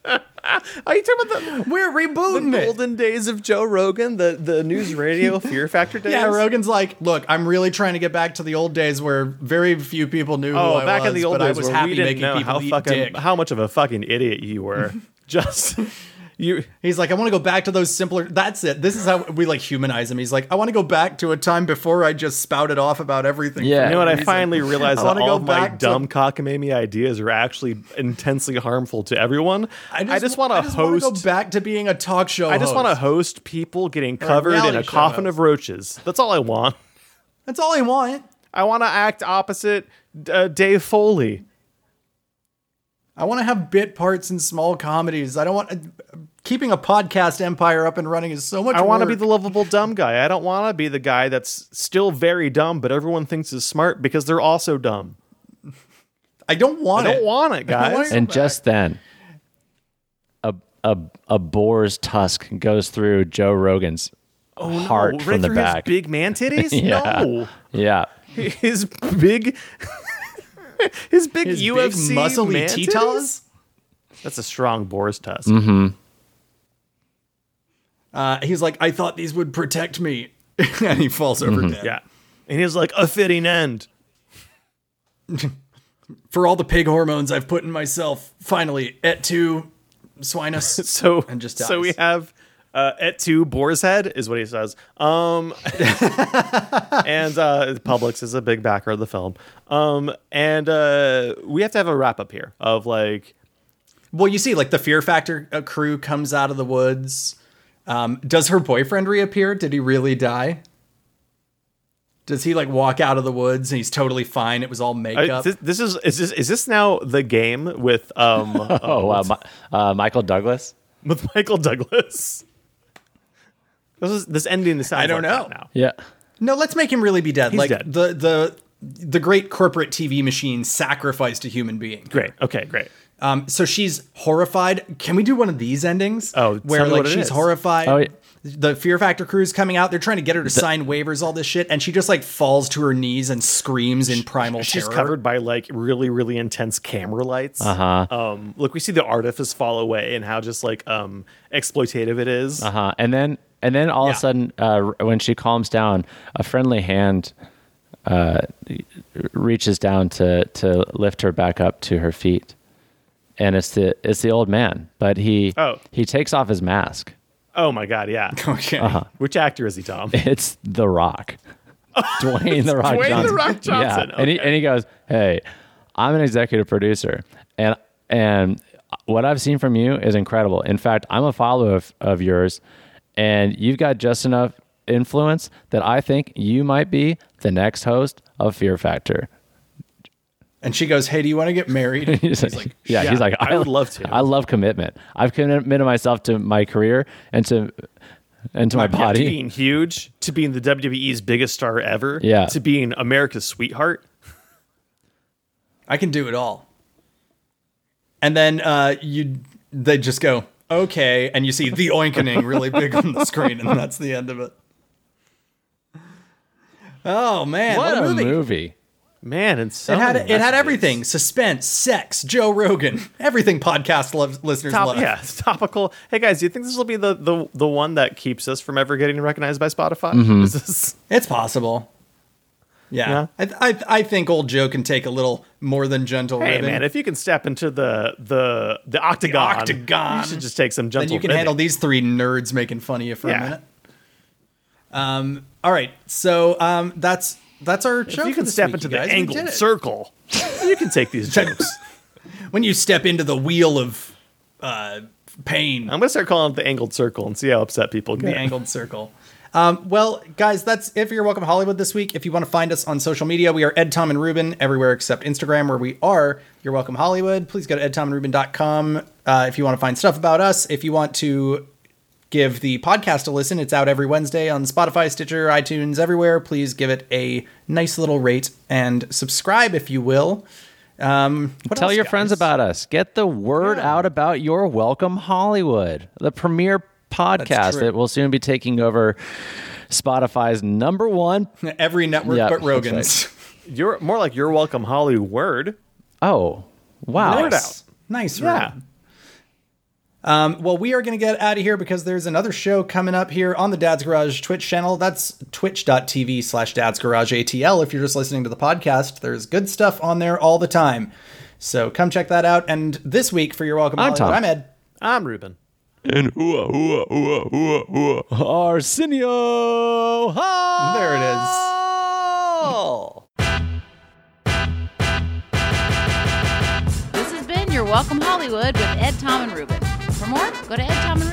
Speaker 4: are you talking about
Speaker 2: We're
Speaker 4: the,
Speaker 2: rebooting it.
Speaker 4: golden days of Joe Rogan, the the news radio Fear Factor days?
Speaker 2: Yeah, Rogan's like, look, I'm really trying to get back to the old days where very few people knew. who
Speaker 4: Oh,
Speaker 2: I
Speaker 4: back
Speaker 2: was,
Speaker 4: in the old
Speaker 2: but I
Speaker 4: days,
Speaker 2: was
Speaker 4: where
Speaker 2: happy
Speaker 4: we didn't
Speaker 2: making
Speaker 4: know
Speaker 2: people
Speaker 4: how
Speaker 2: eat
Speaker 4: fucking
Speaker 2: dick.
Speaker 4: how much of a fucking idiot you were. Just you.
Speaker 2: He's like, I want to go back to those simpler. That's it. This is how we like humanize him. He's like, I want to go back to a time before I just spouted off about everything.
Speaker 3: Yeah.
Speaker 4: You know what? I finally realized
Speaker 2: I
Speaker 4: that
Speaker 2: wanna go
Speaker 4: all of my
Speaker 2: back to-
Speaker 4: dumb cockamamie ideas are actually intensely harmful to everyone. I just, want
Speaker 2: I
Speaker 4: to
Speaker 2: just wanna
Speaker 4: host.
Speaker 2: go back to being a talk show.
Speaker 4: I just want to
Speaker 2: host.
Speaker 4: host people getting covered in
Speaker 2: reality
Speaker 4: a
Speaker 2: show
Speaker 4: coffin
Speaker 2: host.
Speaker 4: of roaches. That's all I want.
Speaker 2: That's all I want.
Speaker 4: I want to act opposite uh, Dave Foley.
Speaker 2: I want to have bit parts in small comedies. I don't want uh, keeping a podcast empire up and running is so much.
Speaker 4: I want to be
Speaker 2: work.
Speaker 4: the lovable dumb guy. I don't want to be the guy that's still very dumb, but everyone thinks is smart because they're also dumb.
Speaker 2: I don't
Speaker 4: I
Speaker 2: want.
Speaker 4: don't
Speaker 2: it.
Speaker 4: want
Speaker 2: I want
Speaker 4: it, guys.
Speaker 2: it.
Speaker 3: and just then, a a a boar's tusk goes through Joe Rogan's heart
Speaker 4: Oh, right
Speaker 3: from the
Speaker 4: through
Speaker 3: back.
Speaker 4: His big man titties?
Speaker 3: Yeah.
Speaker 4: No.
Speaker 3: yeah.
Speaker 4: His big. His big
Speaker 2: His big
Speaker 4: UFC
Speaker 2: muscly
Speaker 4: man titties?
Speaker 2: titas.
Speaker 4: That's a strong boar's tusk.
Speaker 3: Mm-hmm.
Speaker 2: Uh, he's like, I thought these would protect me, and he falls over dead.
Speaker 4: Yeah. And he's like, a fitting end.
Speaker 2: For all the pig hormones I've put in myself, finally et tu, swinus.
Speaker 4: So
Speaker 2: And just
Speaker 4: so we
Speaker 2: dies.
Speaker 4: have uh, et tu boar's head is what he says. Um, and uh, Publix is a big backer of the film. Um, and uh, we have to have a wrap up here of like
Speaker 2: Well, you see, like the Fear Factor uh, crew comes out of the woods. Um, does her boyfriend reappear? Did he really die? Does he like walk out of the woods and he's totally fine? It was all
Speaker 4: I,
Speaker 2: makeup.
Speaker 4: this, this is is this is this now the game with um uh,
Speaker 3: Oh wow, Mi- uh, Michael Douglas.
Speaker 4: with Michael Douglas. This is this ending. Sounds
Speaker 2: I don't
Speaker 4: like that
Speaker 2: know.
Speaker 4: now.
Speaker 3: Yeah.
Speaker 2: no, let's make him really be dead. like
Speaker 4: dead.
Speaker 2: the the the great corporate TV machine sacrificed a human being.
Speaker 4: Great. Okay. Great.
Speaker 2: Um, so she's horrified. Can we do one of these endings?
Speaker 4: Oh, tell
Speaker 2: where
Speaker 4: me
Speaker 2: like
Speaker 4: what it
Speaker 2: she's
Speaker 4: is.
Speaker 2: horrified.
Speaker 3: Oh, yeah.
Speaker 2: The Fear Factor crew's coming out. They're trying to get her to sign waivers, all this shit, and she just like falls to her knees and screams in primal
Speaker 4: She's
Speaker 2: terror.
Speaker 4: covered by like really, really intense camera lights.
Speaker 3: Uh-huh.
Speaker 4: Um, look, we see the artifice fall away and how just like um exploitative it is.
Speaker 3: Uh huh. And then and then all of
Speaker 4: Yeah.
Speaker 3: a sudden, uh, when she calms down, a friendly hand uh, reaches down to to lift her back up to her feet, and it's the it's the old man, but he
Speaker 4: Oh.
Speaker 3: he takes off his mask.
Speaker 4: Oh my god, yeah.
Speaker 2: Okay.
Speaker 3: Uh-huh.
Speaker 4: Which actor is he, Tom?
Speaker 3: It's The Rock, Dwayne The Rock
Speaker 4: Dwayne The
Speaker 3: Johnson.
Speaker 4: Rock Johnson,
Speaker 3: Yeah. And he
Speaker 4: okay.
Speaker 3: and he goes, "Hey, I'm an executive producer, and and what I've seen from you is incredible. In fact, I'm a follower of, of yours, and you've got just enough influence that I think you might be the next host of Fear Factor.
Speaker 2: And she goes, "Hey, do you want to get married?" And
Speaker 3: He's
Speaker 2: he's
Speaker 3: like,
Speaker 2: like,
Speaker 3: yeah, he's like,
Speaker 4: I would love to."
Speaker 3: I love commitment. I've committed myself to my career and to and to my
Speaker 4: To
Speaker 3: body.
Speaker 4: being huge, to being the WWE's biggest star ever,
Speaker 3: Yeah.
Speaker 4: to being America's sweetheart.
Speaker 2: "I can do it all." And then uh, you, they just go, "Okay," and you see the oinkening really big on the screen, and that's the end of it. Oh man, what, a movie!
Speaker 4: Man, and so
Speaker 2: It had
Speaker 4: many
Speaker 2: it had
Speaker 4: messages.
Speaker 2: everything: suspense, sex, Joe Rogan, everything podcast loves, listeners
Speaker 4: Top,
Speaker 2: love.
Speaker 4: yeah, it's topical. Hey guys, do you think this will be the, the the one that keeps us from ever getting recognized by Spotify?
Speaker 3: Mm-hmm.
Speaker 4: Is this
Speaker 2: It's possible. Yeah, I, I I think old Joe can take a little more than gentle
Speaker 4: Hey
Speaker 2: ribbon.
Speaker 4: man, if you can step into the the the octagon,
Speaker 2: octagon.
Speaker 4: you should just take some gentle.
Speaker 2: then you can
Speaker 4: ribbing.
Speaker 2: handle these three nerds making fun of you for
Speaker 4: Yeah.
Speaker 2: a minute. Um. All right. So um. That's that's our show.
Speaker 4: If you
Speaker 2: for
Speaker 4: can
Speaker 2: this
Speaker 4: step
Speaker 2: week,
Speaker 4: into
Speaker 2: you
Speaker 4: the
Speaker 2: guys. We did
Speaker 4: angled
Speaker 2: it.
Speaker 4: circle, you can take these jokes.
Speaker 2: When you step into the wheel of uh pain,
Speaker 4: I'm gonna start calling it the angled circle and see how upset people get.
Speaker 2: the angled circle. Um, well, guys, that's it for your Welcome Hollywood this week. If you want to find us on social media, we are Ed, Tom, and Ruben everywhere except Instagram, where we are Your Welcome Hollywood. Please go to edtomandruben.com uh, if you want to find stuff about us. If you want to give the podcast a listen, it's out every Wednesday on Spotify, Stitcher, iTunes, everywhere. Please give it a nice little rate and subscribe if you will. Um, what
Speaker 3: Tell
Speaker 2: else,
Speaker 3: your
Speaker 2: guys?
Speaker 3: friends about us. Get the word out about your Welcome Hollywood, the premier podcast
Speaker 2: true.
Speaker 3: that will soon be taking over Spotify's number one.
Speaker 2: every network
Speaker 3: Yeah,
Speaker 2: but
Speaker 3: that's
Speaker 2: Rogan's.
Speaker 4: You're more like you're welcome Hollywood.
Speaker 3: Oh, wow.
Speaker 4: Word out.
Speaker 2: Nice,
Speaker 4: Yeah.
Speaker 2: Ruben. Well, we are going to get out of here because there's another show coming up here on the Dad's Garage Twitch channel. That's twitch.tv slash Dad's Garage ATL. If you're just listening to the podcast, there's good stuff on there all the time. So come check that out. And this week for your welcome,
Speaker 3: I'm
Speaker 2: Hollywood,
Speaker 3: Tom.
Speaker 2: I'm Ed.
Speaker 4: I'm Ruben.
Speaker 3: And hua, hua, hua, hua, hua. Arsenio. Hall.
Speaker 2: There it is.
Speaker 1: This has been your Welcome Hollywood with Ed, Tom, and Ruben. For more, go to edtomandruben.com.